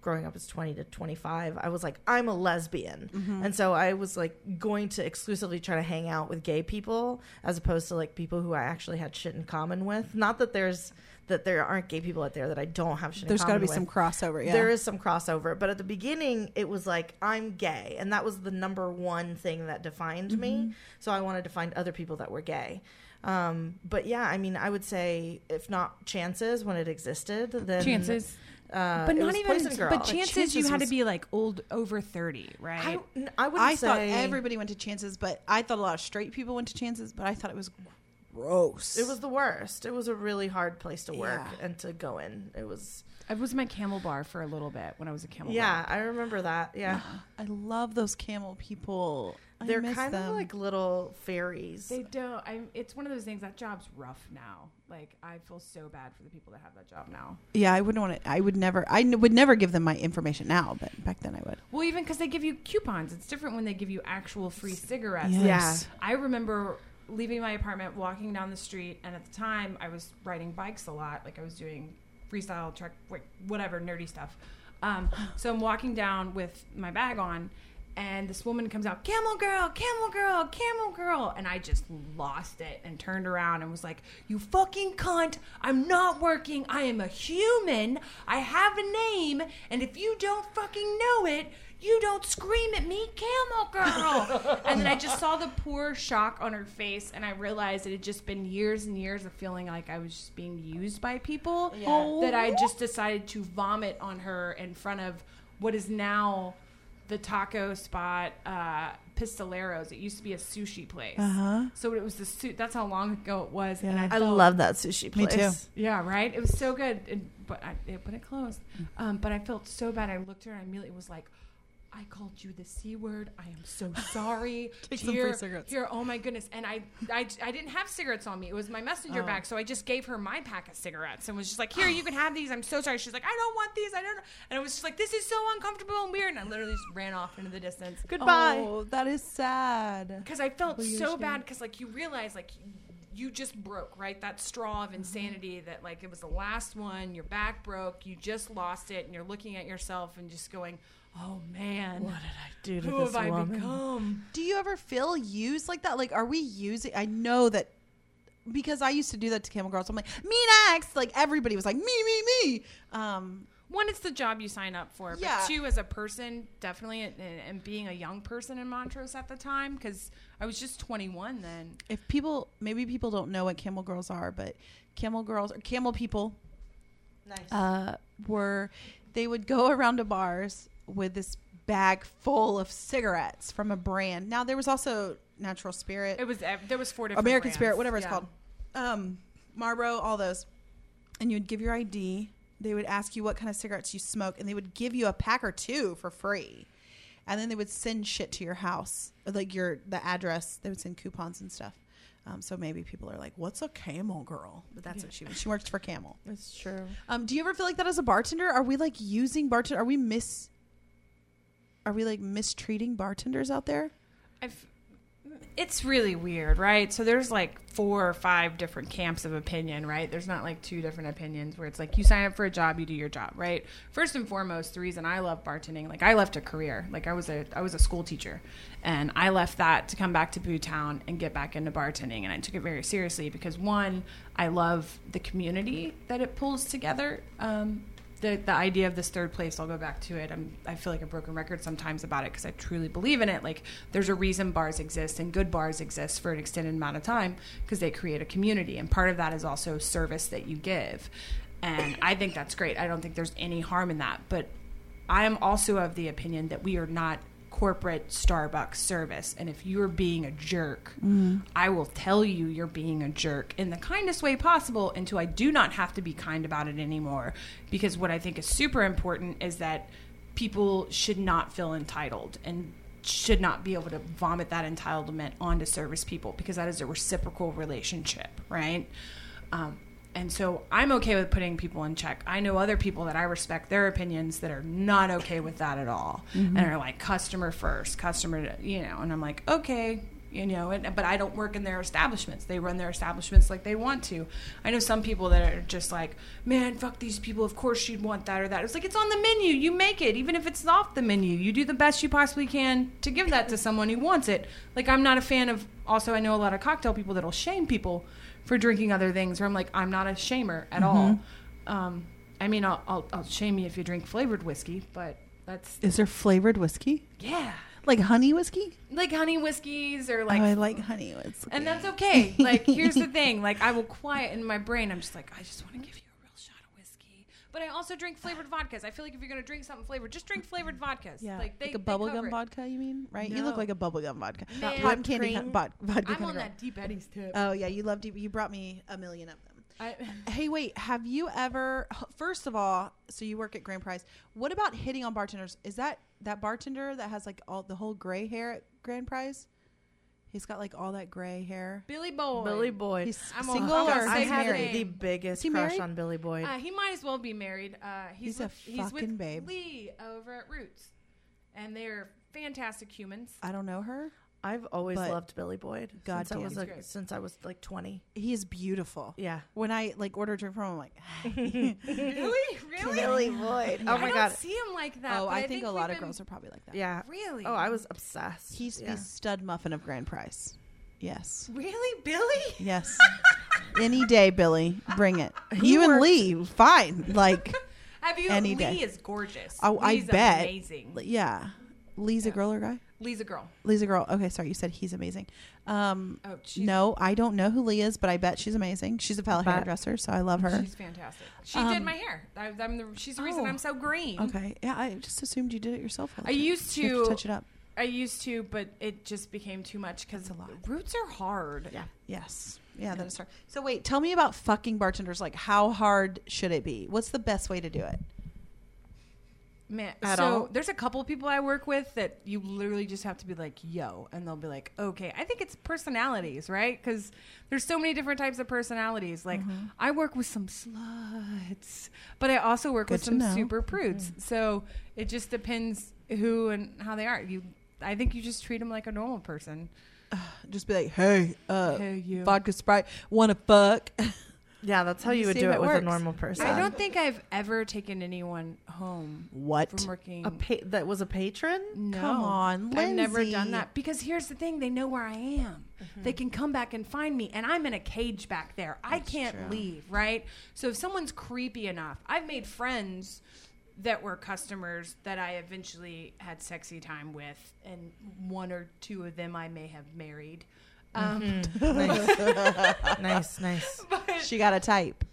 A: growing up as 20 to 25 i was like i'm a lesbian and so i was like going to exclusively try to hang out with gay people as opposed to like people who i actually had shit in common with not that there's that there aren't gay people out there that i don't have shit
C: There's
A: in
C: got to
A: common
C: be
A: with
C: some crossover. Yeah.
A: there is some crossover but at the beginning it was like i'm gay and that was the number one thing that defined me so i wanted to find other people that were gay um, but yeah i mean i would say if not chances when it existed then
B: chances,
A: uh,
B: but
A: it
B: not
A: was
B: even.
A: Poison Girl.
B: But chances, you
C: Chances
B: had
C: was-
B: to be like old over thirty, right?
A: I, n- I would
C: I
A: say
C: thought everybody went to chances, but I thought a lot of straight people went to chances, but I thought it was gross.
A: it was the worst. It was a really hard place to work
C: Yeah.
A: and to go in. It was
B: I was my camel bar for a little bit when I was a camel.
A: yeah, I remember that. Yeah.
C: I love those camel people. I
A: They're
C: miss
A: kind
C: them.
A: of like little fairies.
B: They don't. I, it's one of those things. That job's rough now. Like I feel so bad for the people that have that job now.
C: yeah. I wouldn't want to. I would never. I n- would never give them my information now, but back then I would.
B: Well, even because they give you coupons, it's different when they give you actual free cigarettes.
C: Yes.
B: Like, I remember leaving my apartment, walking down the street, and at the time I was riding bikes a lot. Like I was doing freestyle, trek, like, whatever, nerdy stuff. Um, so I'm walking down with my bag on, and this woman comes out, Camel Girl, Camel Girl, Camel Girl. And I just lost it and turned around and was like, You fucking cunt. I'm not working. I am a human. I have a name. And if you don't fucking know it, you don't scream at me, Camel Girl. and then I just saw the poor shock on her face, and I realized it had just been years and years of feeling like I was just being used by people. That
C: Oh.
B: I just decided to vomit on her in front of what is now the taco spot, uh, Pistoleros. It used to be a sushi place.
C: Uh-huh.
B: So it was the suit. That's how long ago it was. And
C: Yeah.
B: I,
A: I
B: felt-
A: love that sushi
C: Me
A: place.
C: too.
B: yeah, right. It was so good, and, but I, it, but it closed. Um, but I felt so bad. I looked at her and I immediately was like, I called you the c word. I am so sorry.
C: Take some free
B: Here-
C: cigarettes.
B: Here, oh my goodness! And I, I, I didn't have cigarettes on me. It was my
C: Oh.
B: messenger bag, so I just gave her my pack of cigarettes and was just like, "Here, you can have these. I'm so sorry." She's like, "I don't want these. I don't." And I was just like, "This is so uncomfortable and weird." And I literally just ran off into the distance
A: Goodbye.
C: Oh, that is sad.
B: because I felt
C: Well, you
B: so
C: should.
B: bad because like you realize like you- you just broke right that straw
C: Mm-hmm.
B: of insanity that like it was the last one your back broke you just lost it and you're looking at yourself and just going oh man
A: What did I do to
B: who
A: this
B: have I
A: woman?
B: become
C: Do you ever feel used like that? Like, are we using? I know that because I used to do that to Camel Girls. I'm like, me next. Like everybody was like, me, me, me. Um,
B: one it's the job you sign up for
C: Yeah.
B: but two as a person definitely and, and being a young person in Montrose at the time because I was just 21 then
C: if people, maybe people don't know what Camel Girls are, but Camel Girls or Camel people
A: Nice.
C: uh, were they would go around to bars with this bag full of cigarettes from a brand. Now there was also Natural Spirit.
B: it was ev- there was four different
C: American
B: brands.
C: Spirit, whatever it's
B: Yeah.
C: called. Um, Marlboro, all those. And you'd give your ID. They would ask you what kind of cigarettes you smoke, and they would give you a pack or two for free. And then they would send shit to your house, like your the address. They would send coupons and stuff. Um, so maybe people are like, "What's a Camel girl?" But that's what she was. She worked for Camel.
A: It's true.
C: Um, do you ever feel like that as a bartender? Are we like using bartender? Are we mis? Are we like mistreating bartenders out there?
B: I've, it's really weird, right? So there's like four or five different camps of opinion, right? There's not like two different opinions where it's like you sign up for a job, you do your job, right? First and foremost, the reason I love bartending, like I left a career, like I was a I was a school teacher, and I left that to come back to Boo Town and get back into bartending, and I took it very seriously because one, I love the community that it pulls together. Um, the, the idea of this third place, I'll go back to it. I'm, I feel like a broken record sometimes about it because I truly believe in it. Like, there's a reason bars exist and good bars exist for an extended amount of time because they create a community. And part of that is also service that you give. And I think that's great. I don't think there's any harm in that. But I am also of the opinion that we are not corporate Starbucks service. And if you're being a jerk, I will tell you you're being a jerk in the kindest way possible until I do not have to be kind about it anymore. Because what I think is super important is that people should not feel entitled and should not be able to vomit that entitlement onto service people because that is a reciprocal relationship, right? Um, and so I'm okay with putting people in check. I know other people that I respect their opinions that are not okay with that at all and are like customer first, customer, you know, and I'm like, okay, you know, and, but I don't work in their establishments. They run their establishments like they want to. I know some people that are just like, man, fuck these people. Of course you'd want that or that. It's like, it's on the menu. You make it. Even if it's off the menu, you do the best you possibly can to give that to someone who wants it. Like, I'm not a fan of, also, I know a lot of cocktail people that'll shame people for drinking other things where I'm like, I'm not a shamer at
C: Mm-hmm.
B: all. Um, I mean, I'll, I'll, I'll shame you if you drink flavored whiskey, but that's,
C: Is there flavored whiskey,
B: yeah.
C: like honey whiskey?
B: Like honey whiskeys or
C: oh, I
B: like
C: like honey whiskey.
B: and that's okay. Like, here's the thing. Like, I will quiet in my brain. I'm just like, I just want to give you a real shot of whiskey. But I also drink flavored vodkas. I feel like if you're gonna drink something flavored, just drink flavored vodkas.
C: Yeah,
B: like,
C: like,
B: they,
C: a
B: they cover
C: bubblegum
B: it.
C: vodka. You mean right? You look
B: No.
C: like a bubblegum vodka,
B: Not
C: cotton
A: whipped
C: candy
A: cream.
C: vo- vodka.
B: I'm
C: kinda
B: on
C: girl.
B: that deep Eddie's tip.
C: Oh yeah, you loved. You brought me a million of them.
B: I,
C: Hey, wait. Have you ever? First of all, so you work at Grand Prize. What about hitting on bartenders? Is that that bartender that has like all the whole gray hair at Grand Prize? He's got like all that gray hair.
B: Billy Boy.
A: Billy Boyd.
C: He's
B: I'm a-
C: single
B: I'm
C: or
B: a-
A: I
C: he's
A: had
C: married?
A: the
B: name.
A: biggest
C: Is he
A: crush
C: married?
A: on Billy Boyd.
B: Uh, he might as well be married. Uh, he's,
C: He's a
B: with, he's
C: fucking
B: with
C: babe.
B: Lee over at Roots, and they're fantastic humans.
C: I don't know her.
A: I've always
C: But-
A: loved Billy Boyd.
C: God
A: since I
C: damn.
A: was
B: He's
A: a,
B: great.
A: since I was like twenty.
C: He is beautiful.
A: Yeah.
C: When I like order a drink from him, I'm like,
B: really, really.
A: Billy Boyd. Oh
B: I
A: my
B: don't
A: god.
B: see him like that.
C: oh,
B: but
C: I, think, a
B: we've
C: lot of
B: been-
C: girls are probably like that.
A: Yeah.
B: Really?
A: Oh, I was obsessed.
C: He's the
A: yeah.
C: stud muffin of grand price. Yes.
B: Really, Billy?
C: Yes. Any day, Billy. Bring it.
A: He
C: you and
A: worked-
C: Lee, fine. Like,
B: Have you?
C: Any
B: Any
C: day.
B: Lee is gorgeous.
C: oh, I
B: Lee's
C: bet.
B: Amazing.
C: Yeah. Lee's a girl or guy?
B: Lee's a girl.
C: Lee's a girl. Okay, sorry. You said he's amazing. Um,
B: Oh, she's,
C: no, I don't know who Lee is, but I bet she's amazing. She's a pal
A: Bet.
C: hairdresser, so I love her.
B: she's fantastic. She
C: Um,
B: did my hair. I, I'm the, she's the reason
C: Oh.
B: I'm so green.
C: Okay. Yeah, I just assumed you did it yourself. all the
B: I
C: time.
B: used
C: You have
B: to-
C: touch it up.
B: I used to, but it just became too much because
C: That's a lot.
B: roots are hard.
A: Yeah.
C: Yes. Yeah, that is hard. So wait, tell me about fucking bartenders. Like, how hard should it be? What's the best way to do it?
B: man
C: At
B: so
C: all?
B: there's a couple of people i work with that you literally just have to be like yo and they'll be like okay i think it's personalities right because there's so many different types of personalities like
C: Mm-hmm.
B: i work with some sluts but i also work with
C: Good to
B: some
C: know. Mm-hmm.
B: super prudes so it just depends who and how they are you i think you just treat them like a normal person
C: Just be like, hey, uh,
B: Hey, you.
C: vodka Sprite, wanna fuck?
A: Yeah, that's how you would
C: see
A: do
C: if
A: it,
C: it
A: with a
C: works.
A: normal person.
B: i don't think i've ever taken anyone home
C: What?
B: from working
A: a pa- that was a patron.
B: No.
C: Come on,
B: I've never done
C: Lindsay. Mm-hmm.
B: that because here's the thing: they know where I am. They can come back and find me, and I'm in a cage back there. I can't leave, right? So if someone's creepy enough, I've made friends that were customers that I eventually had sexy time with, and one or two of them I may have married. Um,
C: Mm-hmm.
A: nice, nice.
C: She got a type.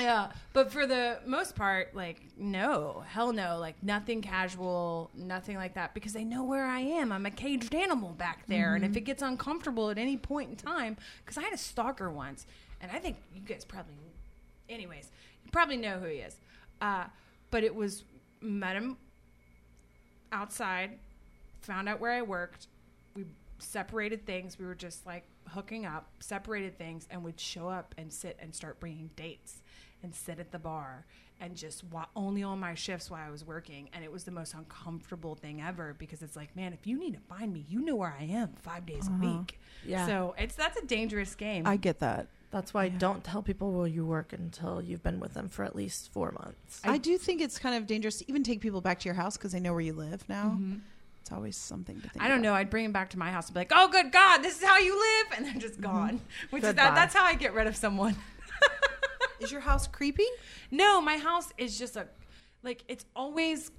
B: yeah but for the most part like no hell no like nothing casual nothing like that because they know where i am i'm a caged animal back there and if it gets uncomfortable at any point in time because i had a stalker once and i think you guys probably anyways you probably know who he is uh, but it was met him outside found out where i worked we separated things we were just like hooking up separated things and would show up and sit and start bringing dates and sit at the bar and just wa- only on my shifts while I was working. And it was the most uncomfortable thing ever because it's like, man, if you need to find me, you know where I am five days a week.
A: Yeah.
B: So it's that's a dangerous game.
C: I
B: I,
C: get that.
A: That's why don't tell people where you work until you've been with them for at least four months.
C: I, do think it's kind of dangerous to even take people back to your house because they know where you live now. It's always something to think.
B: don't know. I'd bring him back to my house and be like, oh, good God, this is how you live. And they're
C: Mm-hmm.
B: just gone. Which is
A: Goodbye.
B: that, that's how I get rid of someone.
C: know. Is your house creepy?
B: no, my house is just a, like, it's always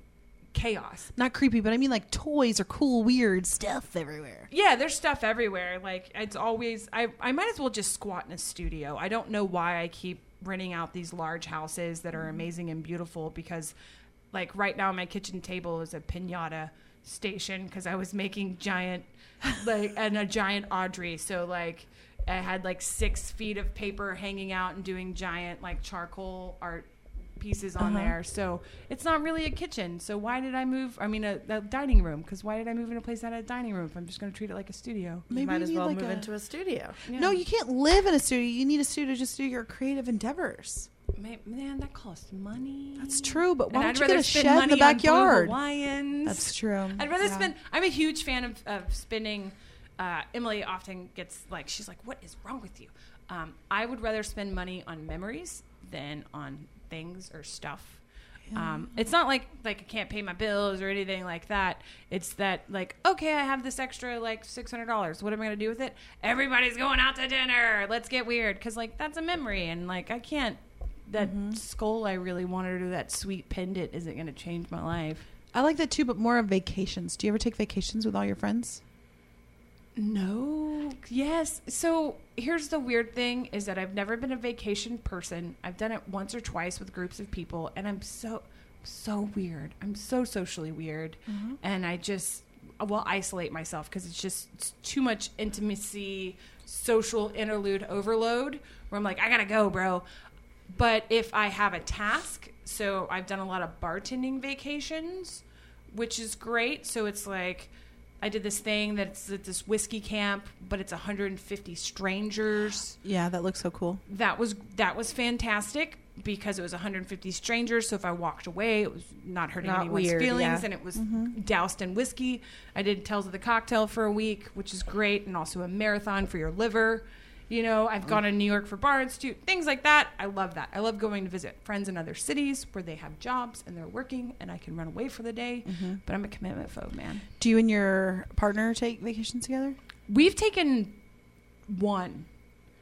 B: chaos.
C: Not creepy, but I mean like toys or cool, weird stuff everywhere.
B: Yeah, there's stuff everywhere. Like it's always I I might as well just squat in a studio. I don't know why I keep renting out these large houses that are amazing and beautiful because like right now my kitchen table is a piñata station because I was making giant like and a giant Audrey. So like I had like six feet of paper hanging out and doing giant like charcoal art pieces on there. So it's not really a kitchen. So why did I move? I mean, a, a dining room. Because why did I move in a place that had a dining room if I'm just going to treat it like a studio?
A: you might
C: you
A: as
C: need,
A: well
C: like,
A: move
C: a-
A: into a studio.
C: No, you can't live in a studio. You need a studio just to do your creative endeavors.
B: Ma- Man, that costs money.
C: That's true, but why
B: Mm. And
C: don't you get a
B: spend
C: shed in the
B: money on Blue
C: backyard?
B: Hawaiians.
C: That's true.
B: I'd rather
C: Um, Yeah.
B: spend. I'm a huge fan of, of spending. Uh, Emily often gets like, she's like, "What is wrong with you?" Um, I would rather spend money on memories than on things or stuff. Um, it's not like like I can't pay my bills or anything like that. It's that like okay, I have this extra like six hundred dollars. What am I gonna do with it? Everybody's going out to dinner. Let's get weird because like that's a memory and like I can't. That skull I really wanted or that sweet pendant isn't gonna change my life.
C: I like that too, but more of vacations. Do you ever take vacations with all your friends?
B: No. Yes. So here's the weird thing is that I've never been a vacation person. I've done it once or twice with groups of people and I'm so so weird. I'm so socially weird and I just will isolate myself because it's just it's too much intimacy, social interlude overload where I'm like I got to go, bro. But if I have a task, so I've done a lot of bartending vacations, which is great. So it's like I did this thing that's at this whiskey camp, but it's 150 strangers.
C: Yeah, that looks so cool.
B: That was that was fantastic because it was 150 strangers. So if I walked away, it was not hurting
A: Not
B: anyone's
A: weird,
B: feelings,
A: yeah. Mm-hmm.
B: and it was doused in whiskey. I did Tales of the Cocktail for a week, which is great, and also a marathon for your liver. You know, I've gone to New York for Bar Institute, things like that. I love that. I love going to visit friends in other cities where they have jobs and they're working, and I can run away for the day.
C: Mm-hmm.
B: But I'm a commitment phobe, man.
C: Do you and your partner take vacations together?
B: We've taken one,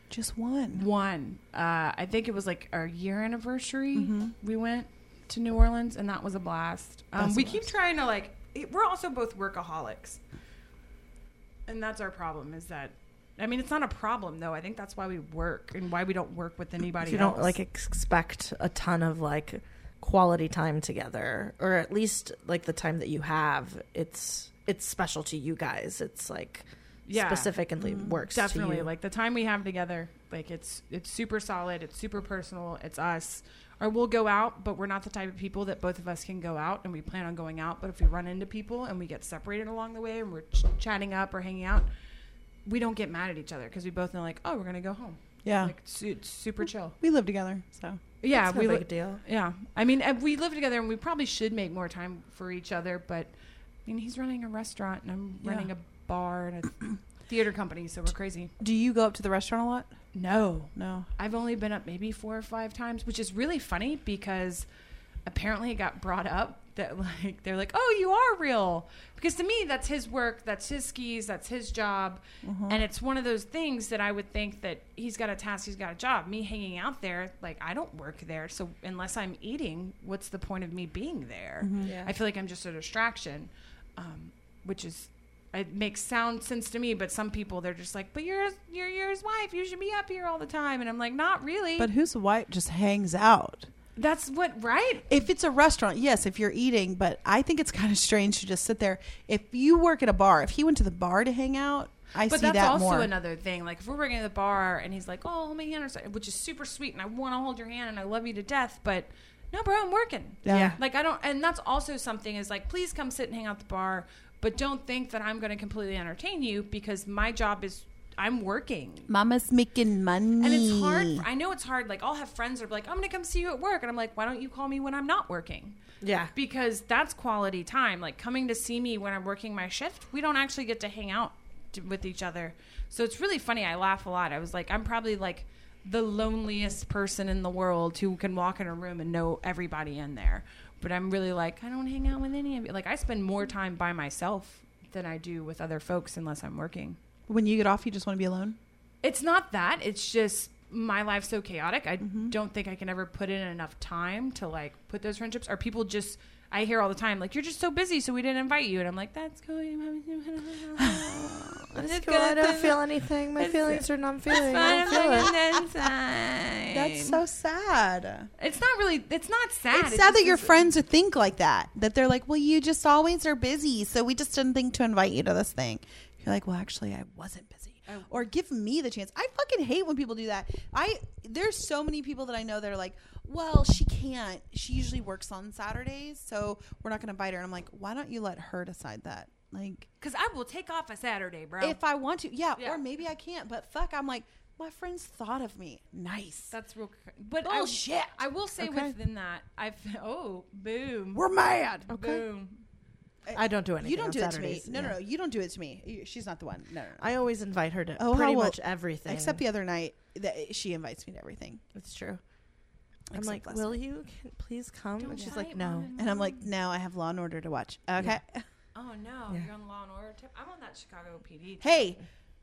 C: Just one.
B: one. Uh, I think it was like our year anniversary.
C: Mm-hmm.
B: We went to New Orleans, and that was a blast. Um,
C: That's a
B: we keep
C: blast.
B: trying to like. It, we're also both workaholics, and that's our problem. Is that. I mean, it's not a problem though. I think that's why we work and why we don't work with anybody
A: If you
B: else.
A: don't like expect a ton of like quality time together, or at least like the time that you have, it's it's special to you guys. It's like
B: yeah, Mm-hmm.
A: specific and that works. to
B: definitely
A: you.
B: like the time we have together like it's it's super solid it's super personal it's us or we'll go out but we're not the type of people that both of us can go out and we plan on going out but if we run into people and we get separated along the way and we're ch- chatting up or hanging out we don't get mad at each other because we both know like oh we're gonna go home
C: Yeah.
B: like it's, it's super chill
C: we live together, so
B: yeah
A: It's no
B: we
A: big
B: li-
A: deal.
B: yeah i mean and we live together and we probably should make more time for each other but i mean he's running a restaurant and i'm
C: Yeah.
B: running a bar and a theater company so we're crazy
C: do you go up to the restaurant a lot?
B: no
C: No.
B: I've only been up maybe four or five times, which is really funny because apparently it got brought up that like they're like, "Oh, you are real." Because to me, that's his work, that's his skis, that's his job, and it's one of those things that I would think that he's got a task, he's got a job. Me hanging out there, like I don't work there, so unless I'm eating, what's the point of me being there?
A: Yeah.
B: Mm, I feel like I'm just a distraction, um, which is it makes sound sense to me. But some people they're just like, "But you're you're you're his wife. You should be up here all the time." And I'm like, "Not really."
C: But whose wife just hangs out?
B: that's what right.
C: If it's a restaurant, yes, if you're eating, but I think it's kind of strange to just sit there. If you work at a bar, if he went to the bar to hang out, I
B: But
C: see
B: that's
C: that
B: also
C: more.
B: another thing. Like if we're working at the bar and he's like, "Oh, hold my hand," or something, which is super sweet, and I want to hold your hand and I love you to death, but no, bro, I'm working.
C: Yeah. Yeah.
B: Like I don't, and that's also something is like, please come sit and hang out at the bar, but don't think that I'm going to completely entertain you because my job is I'm working.
C: Mama's making money,
B: And it's hard. I know it's hard. Like I'll have friends that are like, "I'm gonna come see you at work," and I'm like, "Why don't you call me when I'm not working?"
A: Yeah.
B: Because that's quality time. Like coming to see me when I'm working my shift, we don't actually get to hang out t- with each other. So it's really funny. I laugh a lot. I was like, I'm probably like the loneliest person in the world who can walk in a room and know everybody in there. But I'm really like, I don't hang out with any of you. Like I spend more time by myself than I do with other folks unless I'm working
C: when you get off, you just want to be alone.
B: it's not that it's just my life's so chaotic i
C: Mm-hmm.
B: don't think i can ever put in enough time to like put those friendships or people just i hear all the time like you're just so busy so we didn't invite you and i'm like that's cool
A: It's cool. I don't feel anything. My feelings are numb feelings. I don't feel it.
C: That's
B: that's
C: so sad.
B: it's not really it's not sad
C: It's sad that your
B: you're
C: friends would think like that. That they're like, well, you just always are busy, so we just didn't think to invite you to this thing. You're like, well, actually, I wasn't busy.
B: Oh.
C: Or give me the chance. I fucking hate when people do that. I there's so many people that I know that are like, well, she can't. She usually works on Saturdays, so we're not going to invite her. And I'm like, why don't you let her decide that? Like,
B: because i will take off a saturday bro
C: if I want to, yeah,
B: Oh. Yeah.
C: Or maybe I can't. But fuck, I'm like, my friends thought of me. Nice.
B: that's real cr- but I-
C: Bullshit.
B: I, will say
C: Okay.
B: within that i've oh boom
C: we're mad.
B: boom
A: I don't do anything.
C: You don't
A: on
C: do
A: Saturdays.
C: it to me. No,
A: Yeah.
C: no, no. You don't do it to me. You- She's not the one. No, no, no.
A: I always invite her to
C: Oh,
A: pretty
C: how well-
A: much everything.
C: Except the other night that she invites me to everything.
A: It's true. I'm
C: Except
A: like,
C: last
A: will you can, please come?
B: Don't
A: and she's
B: fight,
A: like, no.
B: Mom.
C: And I'm like, no, I have Law and Order to watch. Okay.
B: Oh no,
A: Yeah.
B: you're on Law and Order. Tip. I'm on that Chicago PD.
C: hey.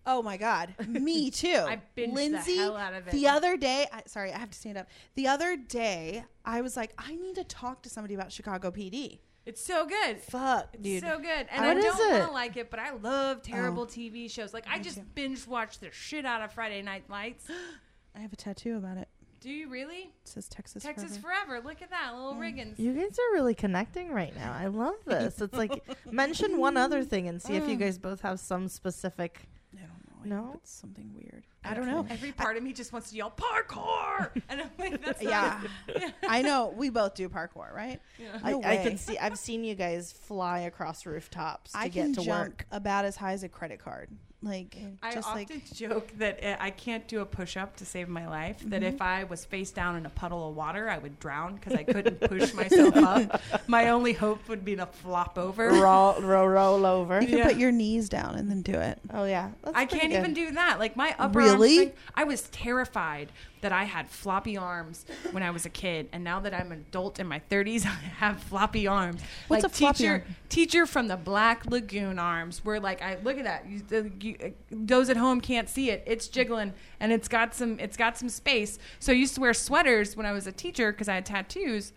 C: Oh my God. Me too. I
B: binged the hell out of it.
C: The other day, I, sorry, I have to stand up. The other day, I was like, I need to talk to somebody about Chicago PD.
B: It's so good.
C: Fuck,
B: It's
C: dude.
B: so good. And
A: What
B: I
A: is
B: don't
A: it?
B: want to like it, Oh. but I love terrible TV shows. Like I just binge watched the shit out of Friday Night Lights.
C: I have a tattoo about it.
B: Do you really?
C: It says Texas.
B: Texas
C: Forever.
B: Forever. Look at that, little Riggins.
A: You guys are really connecting right now. I love this. It's like mention one other thing and see if you guys both have some specific.
C: I don't know.
A: No?
C: No, it's something weird. I don't know.
B: Every part of me just wants to yell parkour, and I'm like, that's not-
C: Yeah, I know. We both do parkour, right? No
A: I, I
C: way.
A: can see. I've seen you guys fly across rooftops to
C: I
A: get
C: can
A: to
C: jump
A: work.
C: about as high as a credit card. Like
B: I
C: just
B: often
C: like
B: joke that uh, I can't do a push up to save my life. That if I was face down in a puddle of water, I would drown because I couldn't push myself up. My only hope would be to flop over.
A: roll, roll, roll over.
C: you can
B: yeah.
C: put your knees down and then do it.
A: Oh yeah, That's
B: I
A: pretty
B: can't
A: good.
B: even do that. Like my upper
C: Really?
B: arm strength, I was terrified that I had floppy arms when I was a kid, and now that I'm an adult in my 30s, I have floppy arms.
C: What's
B: like
C: a floppy
B: teacher,
C: arm?
B: Teacher from the Black Lagoon arms, where like I look at that. You, the- you, uh, those at home can't see it. It's jiggling, and it's got some. It's got some space. So I used to wear sweaters when I was a teacher because I had tattoos.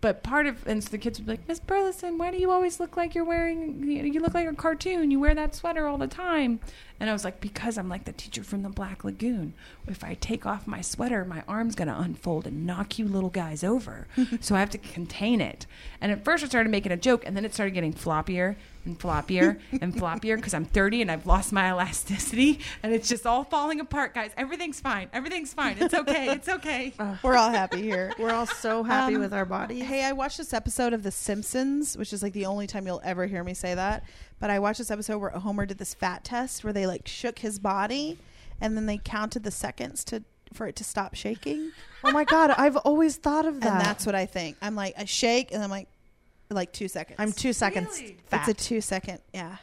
B: But part of and so the kids would be like, Miss Burleson, why do you always look like you're wearing? You you look like a cartoon. You wear that sweater all the time. And I was like, because I'm like the teacher from the Black Lagoon. If I take off my sweater, my arm's gonna unfold and knock you little guys over. so I have to contain it. And at first, I started making a joke, and then it started getting floppier and floppier and floppier because I'm 30 and I've lost my elasticity, and it's just all falling apart, guys. Everything's fine. Everything's fine. It's okay. It's okay.
C: We're all happy here.
A: We're all so happy
C: Um,
A: with our bodies.
C: Hey, I watched this episode of The Simpsons, which is like the only time you'll ever hear me say that. But I watched this episode where Homer did this fat test where they like shook his body and then they counted the seconds to for it to stop shaking.
A: oh my god, I've always thought of that.
C: And that's what I think. I'm like, I shake and I'm like, like two seconds.
A: I'm two seconds
B: Really? Um,
A: fat.
C: It's a two second. Yeah.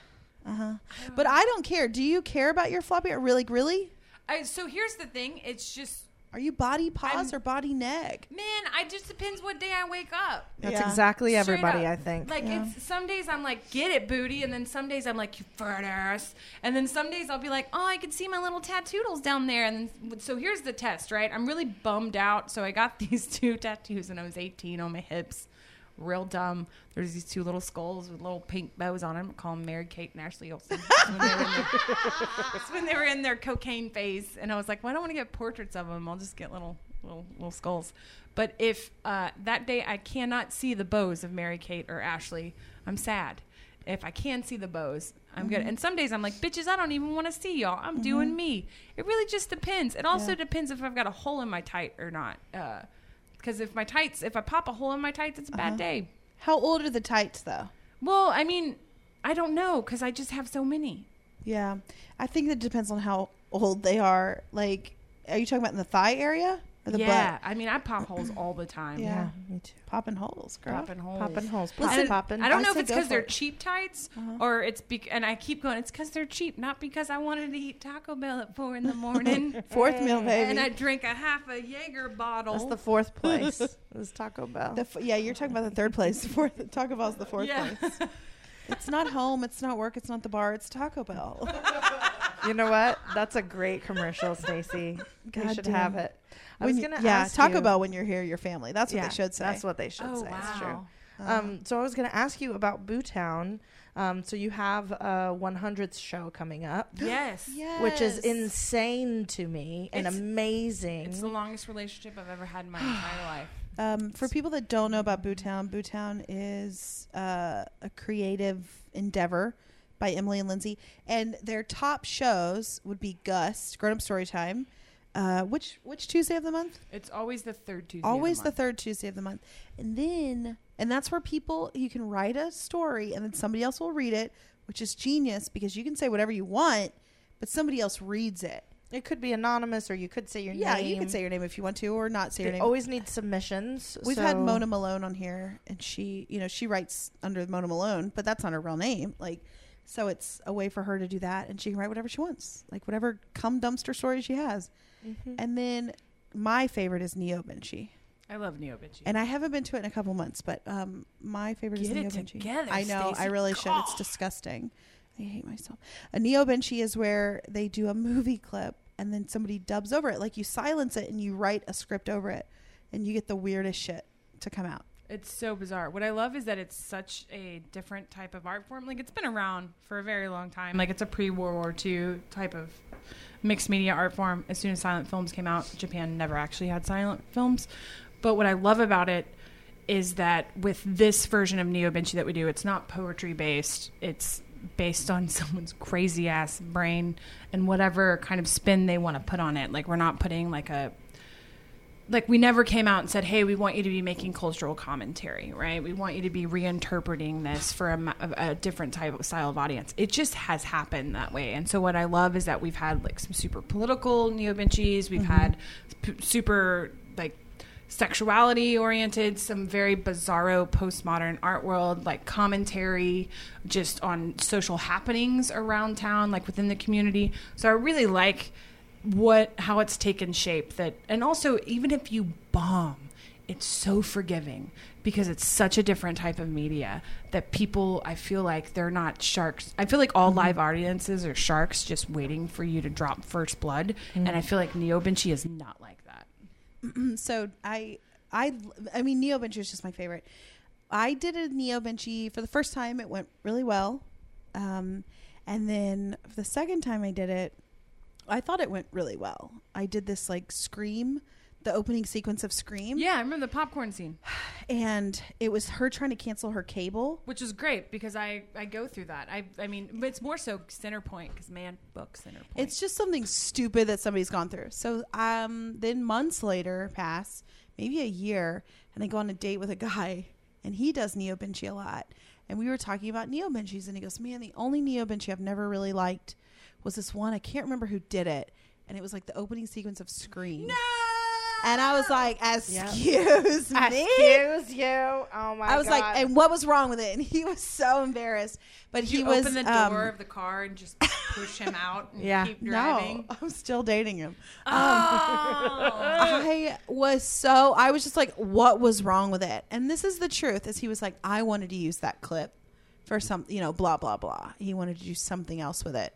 C: Uh huh. But I don't care. Do you care about your floppy? Or really, really?
B: I, so here's the thing. It's just
C: Are you body paws
B: I'm-
C: or body neck?
B: man. I just depends what day I wake up.
A: that's
C: Yeah.
A: exactly
B: Straight
A: everybody,
B: up.
A: I think.
B: Like it's some days I'm like, get it, booty, and then some days I'm like, you fat ass, and then some days I'll be like, oh, I can see my little tattoodles down there, and then, so here's the test, right? I'm really bummed out, so I got these two tattoos when I was 18 on my hips. Real dumb. There's these two little skulls with little pink bows on them. Call them Mary Kate and Ashley Olsen. That's when, they were in their- that's when they were in their cocaine phase, and I was like, well, I don't want to get portraits of them. I'll just get little little little skulls. But if uh, that day I cannot see the bows of Mary Kate or Ashley, I'm sad. If I can see the bows, I'm
C: Mm-hmm.
B: good. And some days I'm like, bitches, I don't even want to see y'all. I'm doing me. It really just depends. It also
C: Yeah.
B: depends if I've got a hole in my tight or not. Because if my tights, if I pop a hole in my tights, it's a
C: Uh-huh.
B: bad day.
C: How old are the tights though?
B: Well, I mean, I don't know because I just have so many.
C: Yeah. I think it depends on how old they are. Like, are you talking about in the thigh area or the
B: yeah,
C: butt?
B: I mean, I pop holes all the time.
C: Yeah.
A: yeah, me too.
C: Popping holes, girl.
B: Popping holes.
A: Popping holes.
C: Listen,
A: Popping, popping.
B: And I don't
C: I
B: know if
C: say
B: it's
C: go
B: because
C: for
B: they're
C: it. Uh-huh.
B: cheap tights or it's bec and I keep going. It's because they're cheap, not because I wanted to eat Taco Bell at four in the morning
C: Fourth meal, baby.
B: and I drank a half a Jaeger bottle.
A: That's the fourth place. is Taco Bell.
C: The f- yeah, you're talking about the third place. The fourth, Taco Bell's the fourth
B: Yeah.
C: place. It's not home. It's not work. It's not the bar. It's Taco Bell.
A: you know what? That's a great commercial, Stacy.
C: God
A: We should
C: damn.
A: have it. I
C: When
A: was
C: you-
A: gonna
C: yeah,
A: ask
C: Taco
A: you-
C: Bell when you're here, your family. That's what
A: Yeah,
C: they should say. Uh-huh.
A: That's what they should
B: oh
A: say. It's true.
B: wow!
A: Um, so I was going to ask you about Bootown. Um, so you have a 100th show coming up,
B: Yes,
A: which is
C: Yes.
A: insane to me and
B: It's-
A: amazing.
B: it's the longest relationship I've ever had in my entire life.
C: Um, for people that don't know about Bootown, Bootown is uh, a creative endeavor by Emily and Lindsay, and their top shows would be Gus, Grown Up Storytime, uh, which which Tuesday of the month?
B: It's always the third Tuesday.
C: Always
B: of
C: the
B: the,
C: third Tuesday of the month, and then and that's where people you can write a story and then somebody else will read it, which is genius because you can say whatever you want, but somebody else reads it.
A: it could be anonymous, or you could say your
C: Yeah,
A: name.
C: you can say your name if you want to, or not say
A: They
C: your name.
A: always need submissions.
C: We've had
A: so-
C: Mona Malone on here, and she, you know, she writes under Mona Malone, but that's not her real name. Like, so it's a way for her to do that, and she can write whatever she wants, like whatever cum dumpster story she has.
A: Mm-hmm.
C: And then my favorite is Neo Benchi,
B: I love Neo Bitchy.
C: and I haven't been to it in a couple months, but um, my favorite is
B: Get it
C: Neo Benchi.
B: together,
C: I know, I
B: Stacey.
C: really should. It's
B: God.
C: disgusting. I hate myself. A Neo Benchi is where they do a movie clip, and then somebody dubs over it, like you silence it and you write a script over it, and you get the weirdest shit to come out.
B: It's so bizarre. What I love is that it's such a different type of art form. Like it's been around for a very long time. Like it's a pre-World War II type of mixed media art form. As soon as silent films came out, Japan never actually had silent films. But what I love about it is that with this version of Neo Benchi that we do, it's not poetry based. It's based on someone's crazy ass brain and whatever kind of spin they want to put on it. Like we're not putting like a like we never came out and said, "Hey, we want you to be making cultural commentary, right? We want you to be reinterpreting this for a, ma- a a different type of style of audience." It just has happened that way, and so what I love is that we've had like some super political neo benchies, we've had p- super like sexuality oriented, some very bizarro postmodern art world, like commentary just on social happenings around town, like within the community. So I really like what how it's taken shape that and also even if you bomb it's so forgiving because it's such a different type of media that people i feel like they're not sharks i feel like all live audiences are sharks just waiting for you to drop first blood and i feel like neo benchi is not like that
C: so I I I mean Neo Benchy is just my favorite. I did a Neo Benchy for the first time. It went really well, um, and then for the second time I did it, I thought it went really well. I did this like Scream, the opening sequence of Scream,
B: Yeah, I remember the popcorn scene,
C: and it was her trying to cancel her cable.
B: which is great because I, I go through that. I I mean, but it's more so center point because man, book center point.
C: It's just something stupid that somebody's gone through. So um, then months later pass, maybe a year, and I go on a date with a guy, and he does Neo Benchi a lot. And we were talking about Neo Benchis, and he goes, Man, the only Neo Benchi I've never really liked was this one. I can't remember who did it. And it was like the opening sequence of Scream. No! And I was like, Excuse me.
A: Excuse you. Oh my!
C: I was like,
A: God.
C: and what was wrong with it? And he was so embarrassed. But
B: Did
C: he
B: you
C: was
B: open the
C: um,
B: door of the car and just push him out and
A: Yeah.
B: keep driving.
C: No, I'm still dating him.
B: Oh.
C: I was so I was just like, what was wrong with it? And this is the truth: is he was like, I wanted to use that clip for some, you know, blah blah blah. He wanted to do something else with it,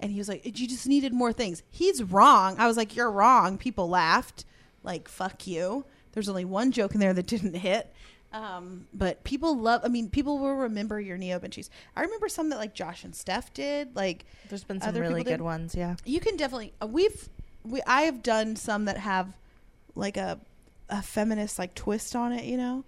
C: and he was like, you just needed more things. He's wrong. I was like, you're wrong. People laughed, like, fuck you. There's only one joke in there that didn't hit. Um, but people love. I mean, people will remember your neo benchies. I remember some that like Josh and Steph did. Like,
A: There's been some
C: other
A: really
C: people did.
A: good ones. Yeah.
C: you can definitely uh, we've we I have done some that have like a a feminist like twist on it, you know.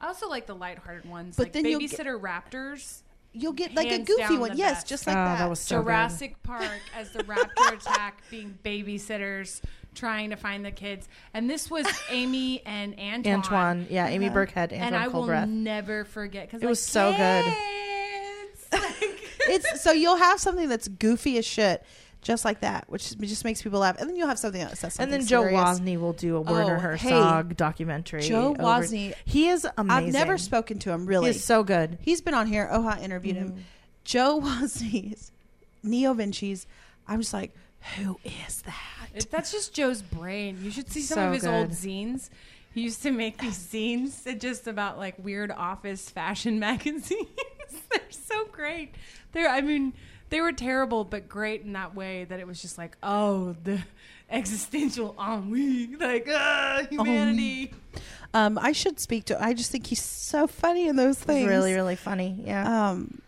B: I also like the lighthearted ones,
C: But
B: like
C: then you'll get-
B: Babysitter Raptors,
C: You'll get like
B: Hands
C: a goofy
B: down
C: one,
B: the
C: yes,
B: best.
C: just like
A: Oh,
C: that.
A: that was So good.
B: Jurassic Park as the raptor attack being babysitters trying to find the kids. And this was Amy and Antoine.
A: Antoine. Yeah. Amy
C: Uh-huh.
A: Burkhead. Antoine
B: and I will
A: Coldbreath.
B: never forget because
A: It was so good.
B: good.
C: it's so you'll have something that's goofy as shit, just like that, which is- just makes people laugh, and then you'll have something else that's
A: and
C: something
A: then Joe
C: serious.
A: Wozny will do a Werner
C: Oh, hey.
A: Herzog documentary.
C: Joe
A: over-
C: Wozny-
A: He is amazing.
C: I've never spoken to him
A: He
C: really.
A: is so good.
C: He's been on here. Oha interviewed
B: Mm-hmm.
C: him. Joe Wozni's Neo Vinci's. I'm just like, who is that?
B: That's just Joe's brain. You should see some
A: So
B: of his old
A: good.
B: zines. He used to make these zines that just about like weird office fashion magazines. They're so great. They're, I mean, they were terrible, but great in that way that it was just like, oh, the existential ennui, like ah, humanity.
C: Um, I should speak to. I just think he's so funny in those
A: He's
C: things.
A: really, really funny. Yeah.
C: Um,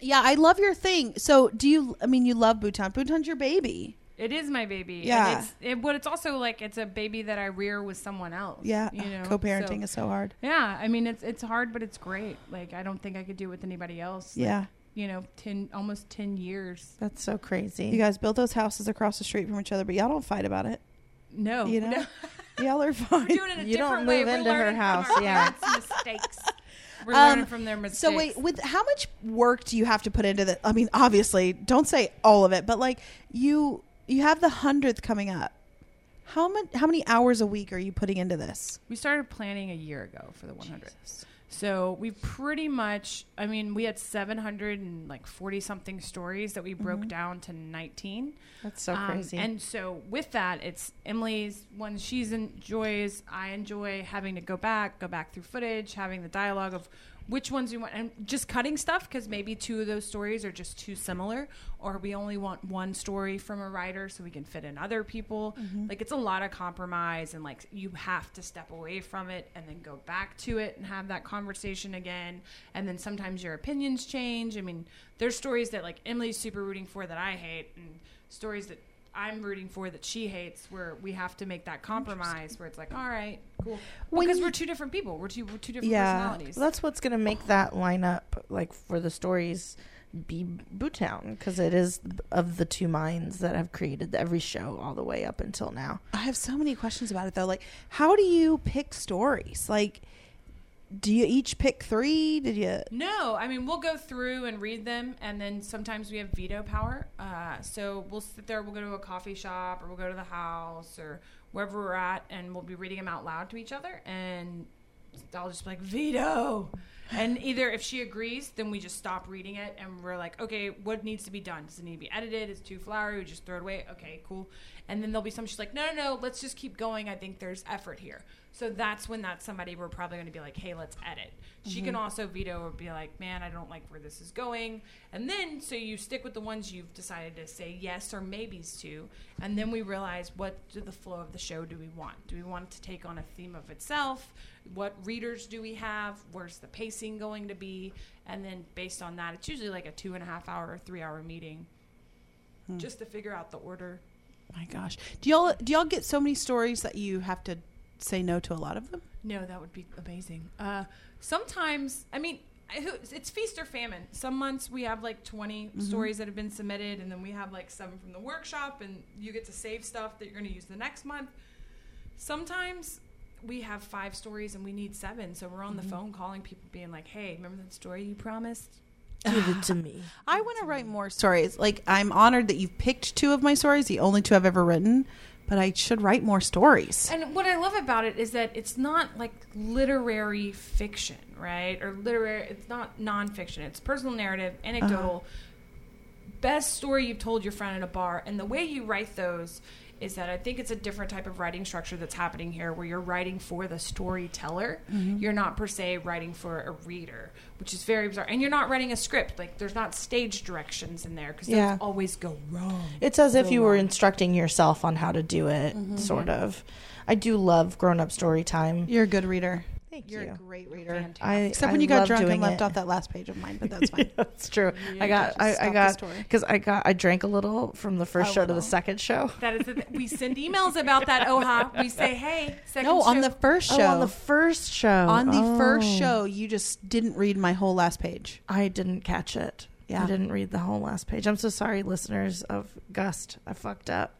C: yeah, I love your thing. So, do you? I mean, you love Bhutan. Bhutan's your baby.
B: It is my baby. And
C: Yeah.
B: it's, it, but it's also like it's a baby that I rear with someone else.
C: Yeah,
B: you know,
C: co-parenting
B: So-
C: is so hard.
B: Yeah, I mean it's it's hard, but it's great. Like I don't think I could do it with anybody else. Like,
C: Yeah.
B: you know, ten almost ten years.
A: That's so crazy.
C: You guys built those houses across the street from each other, but y'all don't fight about it.
B: No,
C: You know?
B: no.
C: Y'all are
B: we're
C: fine.
B: doing it a
A: You don't
B: different way.
A: move
B: We're
A: into her
B: learning from
A: house,
B: our
A: yeah.
B: parents' mistakes. We're
C: Um,
B: learning from their mistakes.
C: So wait, with how much work do you have to put into the? I mean, obviously, don't say all of it, but like you, you have the hundredth coming up. How much? How many hours a week are you putting into this?
B: we started planning a year ago for the 100. So we pretty much, I mean, we had 740 something stories that we broke down to 19.
A: That's so
B: Um,
A: crazy.
B: And so with that, it's Emily's ones she's enjoys. I enjoy having to go back, go back through footage, having the dialogue of which ones we want, and just cutting stuff because maybe two of those stories are just too similar, or we only want one story from a writer so we can fit in other people. Like it's a lot of compromise, and like you have to step away from it and then go back to it and have that conversation again. And then sometimes your opinions change. I mean, there's stories that like Emily's super rooting for that I hate, and stories that I'm rooting for that she hates, where we have to make that compromise, where it's like, all right, cool,
C: When
B: because
C: you-
B: we're two different people, we're two we're two different
C: Yeah.
B: personalities.
A: Well, that's what's going to make that lineup, like for the stories, be Bootown because it is of the two minds that have created every show all the way up until now.
C: I have so many questions about it though. Like, how do you pick stories? Like, do you each pick three? Did you?
B: No, I mean we'll go through and read them, and then sometimes we have veto power. Uh, so we'll sit there, we'll go to a coffee shop, or we'll go to the house, or wherever we're at, and we'll be reading them out loud to each other, and I'll just be like veto, And either if she agrees, then we just stop reading it and we're like, okay, what needs to be done? Does it need to be edited? It's too flowery. We just throw it away. Okay, cool. And then there'll be some, she's like, no, no, no, let's just keep going. I think there's effort here. So that's when that's somebody we're probably going to be like, hey, let's edit. She can also veto or be like, man, I don't like where this is going. And then, so you stick with the ones you've decided to say yes or maybes to. And then we realize what do the flow of the show do we want? Do we want it to take on a theme of itself? What readers do we have? Where's the pacing going to be? And then based on that, it's usually like a two and a half hour or three hour meeting just to figure out the order.
C: My gosh, do y'all do y'all get so many stories that you have to say no to a lot of them?
B: No, that would be amazing. Uh, sometimes, I mean, I- who- it's feast or famine. Some months we have like 20 stories that have been submitted, and then we have like seven from the workshop, and you get to save stuff that you're going to use the next month. Sometimes we have five stories and we need seven, so we're on the phone calling people, being like, "Hey, remember that story you promised?"
A: Give it to me.
C: I want to write more stories. Like I'm honored that you've picked two of my stories, the only two I've ever written, but I should write more stories.
B: And what I love about it is that it's not like literary fiction, right? Or literary, it's not nonfiction. It's personal narrative, anecdotal, best story you've told your friend at a bar. And the way you write those is that I think it's a different type of writing structure that's happening here where you're writing for the storyteller. You're not per se writing for a reader, which is very bizarre. And you're not writing a script. Like there's not stage directions in there because
C: Yeah.
B: those always go wrong.
A: It's as if you were instructing yourself on how to do it, sort of. I do love grown up story time.
C: Mm-hmm. You're a good reader.
A: Thank
C: You're a
A: you.
C: great reader.
A: I,
C: Except when
A: I
C: you got
A: love
C: drunk and
A: doing
C: left
A: it.
C: off that last page of mine, but that's fine.
A: That's true. I
C: just
A: got, I,
C: stop
A: I
C: the
A: got,
C: story. Oh,
A: because I got, I drank a little from the first
C: A
A: show to the
C: little.
A: second show.
B: That is, the th- we send emails about that. Oha, we say, hey, second
C: no, on
B: show-
C: the first show.
A: Oh, on the first show.
C: on the first
A: Oh.
C: show, you just didn't read my whole last page.
A: I didn't catch it.
C: Yeah.
A: I didn't read the whole last page. I'm so sorry, listeners of Gust. I fucked up.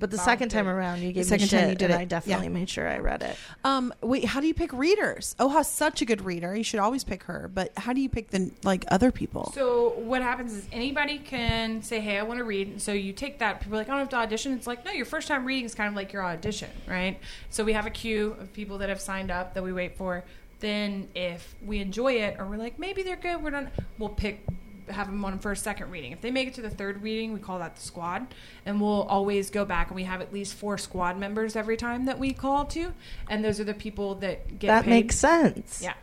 A: But the
B: Bob
A: second time
B: did.
A: around, you gave
C: second
A: me
C: time
A: shit,
C: you did
A: and
C: it.
A: I definitely
C: Yeah.
A: made sure I read it.
C: Um, wait, how do you pick readers? Oha's such a good reader. You should always pick her. But how do you pick the like other people?
B: So what happens is anybody can say, "Hey, I want to read." And so you take that. People are like, "I don't have to audition." It's like, no, your first time reading is kind of like your audition, right? So we have a queue of people that have signed up that we wait for. Then if we enjoy it, or we're like, maybe they're good, we're done. We'll pick have them on for a second reading. If they make it to the third reading, we call that the squad, and we'll always go back and we have at least four squad members every time that we call to, and those are the people that get
A: that
B: paid.
A: makes sense.
B: Yeah.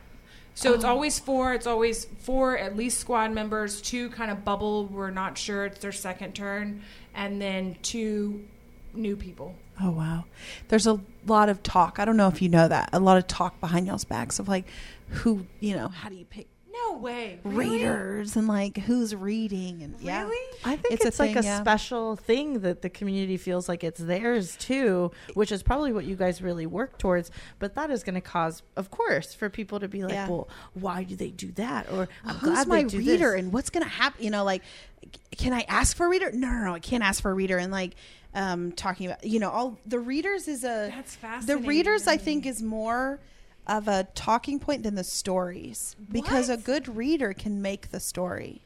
B: So it's always four. It's always four at least squad members. Two kind of bubble. We're not sure. It's their second turn, and then two new people.
C: Oh wow. There's a lot of talk. I don't know if you know that. A lot of talk behind y'all's backs of like who, you know, how do you pick
B: No way.
C: readers and like who's reading and yeah.
B: Really?
A: I think
C: It's
A: it's,
C: a
A: like
C: thing,
A: a
C: yeah.
A: special thing that the community feels like it's theirs too, which is probably what you guys really work towards. But that is going to cause, of course, for people to be like,
C: Yeah.
A: "Well, why do they do that?" Or "I'm
C: Who's
A: glad
C: my
A: they do
C: reader
A: this."
C: and what's gonna happen? You know, like, c- can I ask for a reader? No, no, no, I can't ask for a reader. And like, um, talking about, you know, all the readers is a
B: That's
C: The
B: fascinating
C: readers,
B: to
C: I
B: me.
C: think, is more of a talking point than the stories because
B: What?
C: a good reader can make the story.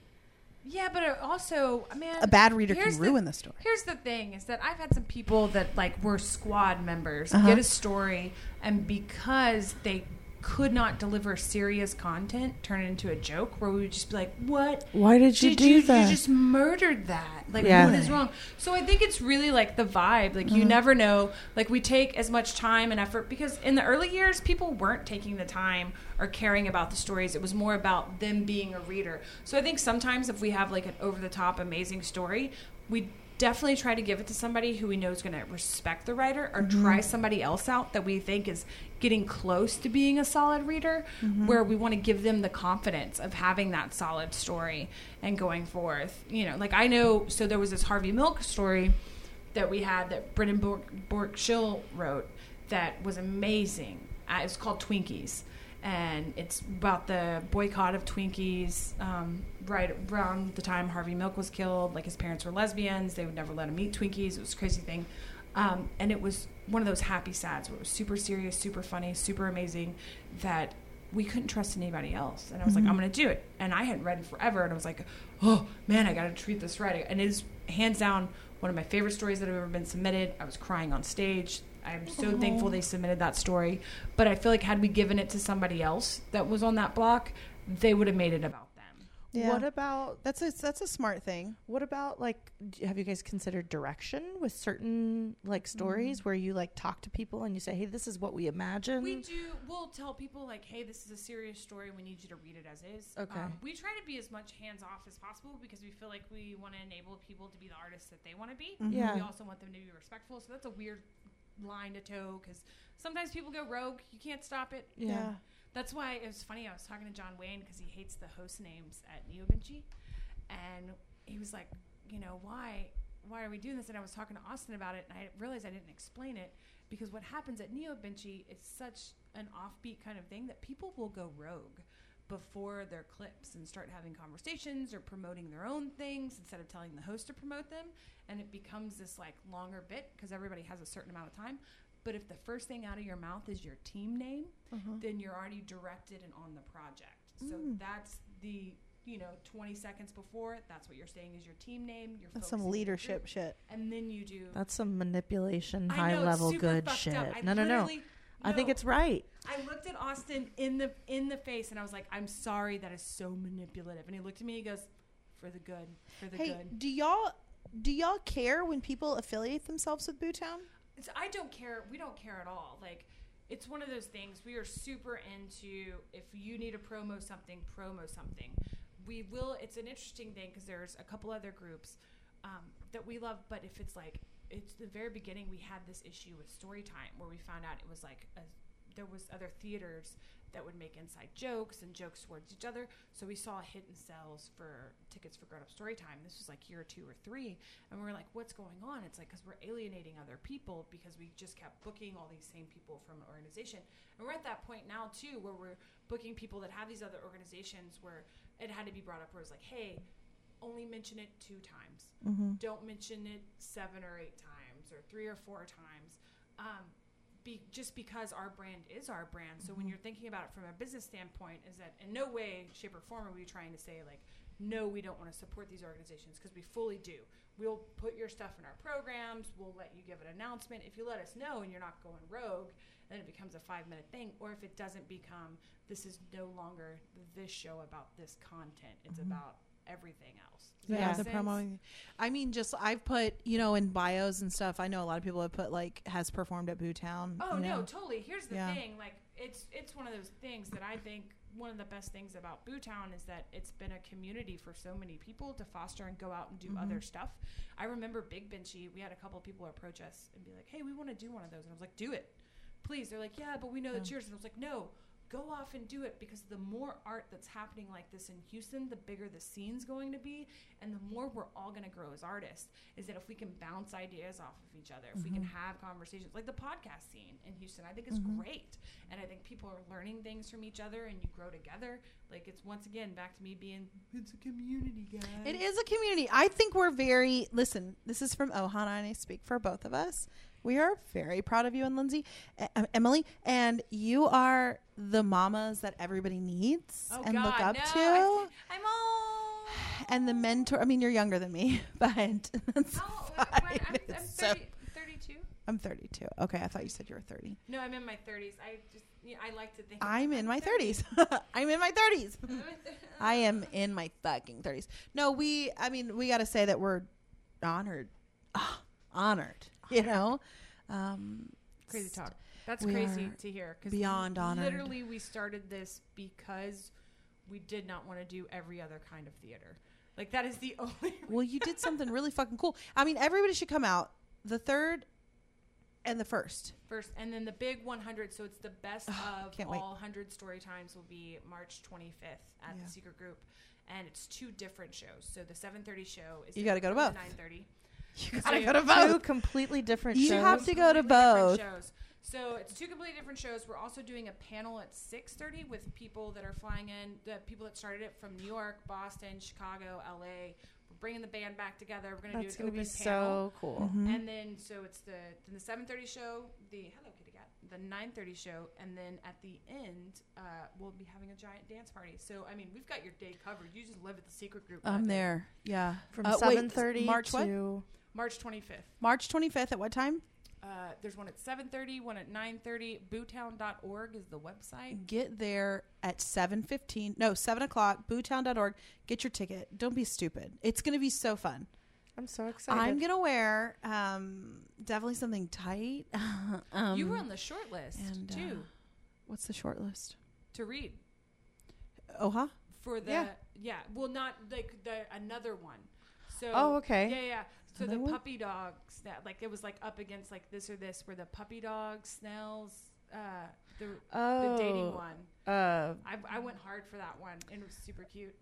B: Yeah, but it also, man,
C: A bad reader can
B: here's
C: ruin the story.
B: Here's the thing: is that I've had some people that like were squad members
C: Uh-huh.
B: get a story, and because they could not deliver serious content, turn it into a joke where we would just be like, "What?
A: Why did you do
B: you,
A: that?"
B: You just murdered that. Like,
A: Yeah.
B: what is wrong?" So I think it's really like the vibe. Like, you never know. Like, we take as much time and effort because in the early years, people weren't taking the time or caring about the stories. It was more about them being a reader. So I think sometimes if we have like an over the top amazing story, we definitely try to give it to somebody who we know is going to respect the writer or try somebody else out that we think is getting close to being a solid reader where we want to give them the confidence of having that solid story and going forth you know like i know so there was this harvey milk story that we had that Brendan Bork, Bork Schill wrote that was amazing. Uh, it's called Twinkies, and it's about the boycott of Twinkies um, right around the time Harvey Milk was killed. Like his parents were lesbians, they would never let him eat Twinkies. It was a crazy thing. Um, and it was one of those happy sads where it was super serious, super funny, super amazing that we couldn't trust anybody else. And I was like, I'm going to do it. And I hadn't read in forever. And I was like, oh, man, I got to treat this right. And it is hands down one of my favorite stories that have ever been submitted. I was crying on stage. I'm so thankful they submitted that story. But I feel like had we given it to somebody else that was on that block, they would have made it about them.
C: Yeah.
A: What about
C: That's a that's a smart thing.
A: what about like d- have you guys considered direction with certain like stories where you like talk to people and you say, "Hey, this is what we imagine."
B: Mm. We do. We'll tell people like, "Hey, this is a serious story. We need you to read it as is."
A: Okay.
B: Um, we try to be as much hands off as possible because we feel like we want to enable people to be the artists that they want to be.
A: Mm-hmm. Yeah.
B: We also want them to be respectful. So that's a weird line to toe because sometimes people go rogue. You can't stop it.
A: yeah.
B: That's why it was funny. I was talking to John Wayne because he hates the host names at Neobenchi, and he was like, you know, why, why are we doing this? And I was talking to Austin about it, and I realized I didn't explain it because what happens at Neobenchi is such an offbeat kind of thing that people will go rogue before their clips and start having conversations or promoting their own things instead of telling the host to promote them and it becomes this like longer bit because everybody has a certain amount of time but if the first thing out of your mouth is your team name then you're already directed and on the project. So
A: Hmm.
B: that's the you know 20 seconds before that's what you're saying is your team name. You're
C: That's some
B: focusing on your
C: leadership
B: group,
C: shit.
B: and then you do
A: That's some manipulation,
B: I
A: high
B: know, it's
A: level
B: super
A: good
B: fucked
A: shit.
B: up. I
A: No, no, no.
B: literally-
A: I think
B: no.
A: it's right.
B: I looked at Austin in the in the face and I was like, I'm sorry that is so manipulative. And he looked at me. He goes, for the good, for the
C: Hey,
B: good.
C: do y'all do y'all care when people affiliate themselves with Bootown?
B: It's, I don't care. We don't care at all. Like, it's one of those things. We are super into if you need to promo something, promo something. We will. It's an interesting thing because there's a couple other groups um, that we love, but if it's like, it's the very beginning, we had this issue with story time where we found out it was like a, there was other theaters that would make inside jokes and jokes towards each other. So we saw hit and sells for tickets for grown up story time. This was like year two or three. And we were like, what's going on? It's like, because we're alienating other people because we just kept booking all these same people from an organization. And we're at that point now, too, where we're booking people that have these other organizations where it had to be brought up where it was like, hey, only mention it two times. Don't mention it seven or eight times or three or four times. Um, be, just because our brand is our brand. So when you're thinking about it from a business standpoint, is that in no way, shape, or form are we trying to say like, no, we don't want to support these organizations because we fully do. We'll put your stuff in our programs. We'll let you give an announcement if you let us know and you're not going rogue. Then it becomes a five minute thing, or if it doesn't become, this is no longer this show about this content. It's about everything else. Does that
C: yeah,
B: make
C: the
B: sense?
C: promo. I mean, just I've put you know in bios and stuff. I know a lot of people have put like has performed at Bootown.
B: Oh
C: you
B: no,
C: know?
B: totally. Here's the
C: Mm-hmm. Yeah.
B: thing, like it's it's one of those things that I think one of the best things about Bootown is that it's been a community for so many people to foster and go out and do
C: Mm-hmm.
B: other stuff. I remember Big Benchy, we had a couple people approach us and be like, "Hey, we want to do one of those," and I was like, "Do it, please." They're like, "Yeah, but we know that's yours," and I was like, "No." Go off and do it because the more art that's happening like this in Houston, the bigger the scene's going to be, and the more we're all going to grow as artists. Is that if we can bounce ideas off of each other, if we can have conversations like the podcast scene in Houston, I think is great, and I think people are learning things from each other, and you grow together. Like it's once again back to me being it's a community, guys.
C: It is a community. I think we're very listen. This is from Ohana, and I speak for both of us. We are very proud of you and Lindsay, e- em- Emily, and you are the mamas that everybody needs
B: Oh
C: and
B: God,
C: look up
B: no,
C: to,
B: I, am all.
C: and the mentor. I mean, you're younger than me, but that's
B: Oh,
C: fine.
B: I'm, I'm
C: It's so-
B: 30, 32.
C: I'm 32. Okay, I thought you said you were 30.
B: No, I'm in my 30s. I just yeah, I like to think
C: I'm in my 30s. I'm in my 30s. I am in my fucking 30s. No, we, I mean, we got to say that we're honored. Ah, honored, you know? Um,
B: crazy
C: st-
B: talk. That's
C: We
B: crazy
C: are
B: to hear.
C: beyond honored.
B: Literally, we started this because we did not want to do every other kind of theater. Like that is the only.
C: Well, you did something really fucking cool. I mean, everybody should come out the third and the first.
B: First, and then the big 100. So it's the best of
C: can't
B: all
C: wait.
B: 100 story times will be March 25th at
C: Yeah.
B: the Secret Group, and it's two different shows. So the 7:30 show is
C: You gotta go to both.
B: 9:30.
C: You
B: gotta go
C: to
A: Two completely different
C: You
A: shows.
C: have to go to
B: completely
C: both.
B: different Shows. So it's two completely different shows. We're also doing a panel at six thirty with people that are flying in, the people that started it from New York, Boston, Chicago, LA. We're bringing the band back together. We're gonna
A: That's
B: do an
A: gonna
B: open
A: be
B: panel. Mm-hmm.
A: so cool.
C: mm-hmm.
B: And then so it's the then the seven thirty show, the Hello Kitty Cat, the nine thirty show, and then at the end uh, we'll be having a giant dance party. So I mean we've got your day covered. You just live at the secret group. that
C: I'm
B: day.
C: there. Yeah.
A: From
C: Uh, wait,
A: seven thirty
C: March what?
A: to Oh,
B: March twenty fifth.
C: March 25th at what time?
B: Uh, there's one at 7.30, one at 9.30. Bootown.org is the website.
C: Get there at seven fifteen. No, seven o'clock. Bootown.org. Get your ticket. Don't be stupid. It's gonna be so fun.
A: I'm so excited.
C: I'm gonna wear um, definitely something tight. um,
B: you were on the short list,
C: and, uh,
B: too,
C: what's the short list?
B: to read.
C: Oh, huh?
B: for the yeah.
A: Yeah.
B: well not like the another one so
A: Oh, okay.
B: yeah yeah so
C: Another
B: the
C: one?
B: puppy dog sna- like it was like up against like this or this where the puppy dog snails uh the, the dating
A: Oh.
B: one
A: Uh,
B: I, I went hard for that one and it was super cute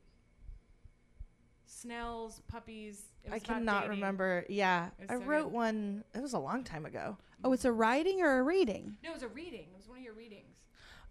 B: snails puppies it
A: I
B: was about
A: cannot
B: dating.
A: remember. Yeah,
B: It was
A: I
B: so
A: wrote
B: good.
A: one. It was a long time ago.
C: Oh,
A: Mm-hmm.
C: it's a writing or a reading.
B: no it was a reading it was one of your readings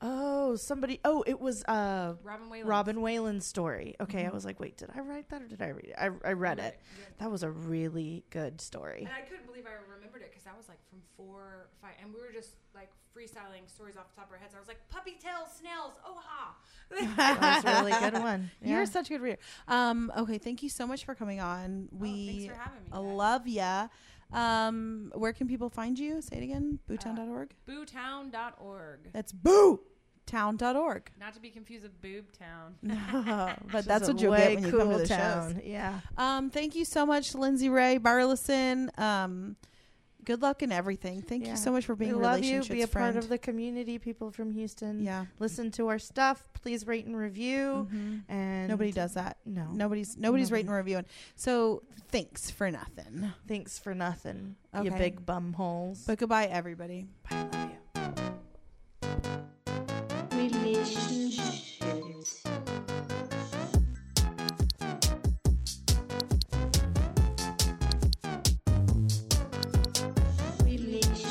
A: Oh, somebody. Oh, it was uh,
B: robin Whalen.
A: Robin Whalen's story. Okay, I was like, wait, did I write that or did I read it? I, I read it. That was a really good story.
B: And I couldn't believe I remembered it because that was like from four, five, and we were just like freestyling stories off the top of our heads. I was like, puppy tails, snails, oh ha!
A: That was a really good one.
C: You're
A: Yeah.
C: such a good reader. Um, okay, thank you so much for coming on.
A: Oh,
C: We
B: thanks for having me, guys.
C: love ya. Um, where can people find you? Say it again.
A: Uh,
C: Bootown.org.
B: Bootown.org.
C: That's bootown.org.
B: Not to be confused with Boobtown.
C: but
A: This
C: that's
A: is a
C: what you'll
A: way
C: get when you come to the shows.
A: Yeah.
C: Um, thank you so much, Lindsay Ray Burleson. Um, good luck in everything. Thank
A: Yeah.
C: you so much for being
A: we
C: a
A: love you.
C: relationships
A: Be a
C: friend.
A: part of the community, people from Houston.
C: yeah. Mm-hmm.
A: Listen to our stuff. Please rate and review. And
C: Nobody does that.
A: No.
C: Nobody's nobody's
A: Nobody.
C: rating or reviewing. So thanks for nothing.
A: Thanks for nothing, you
C: Okay.
A: big bum holes.
C: But goodbye, everybody.
A: I love you.
D: Relationships.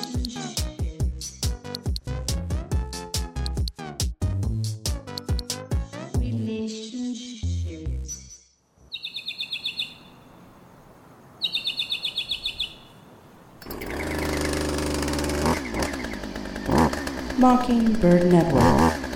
D: Relationships. Relationships.
E: Mockingbird Network.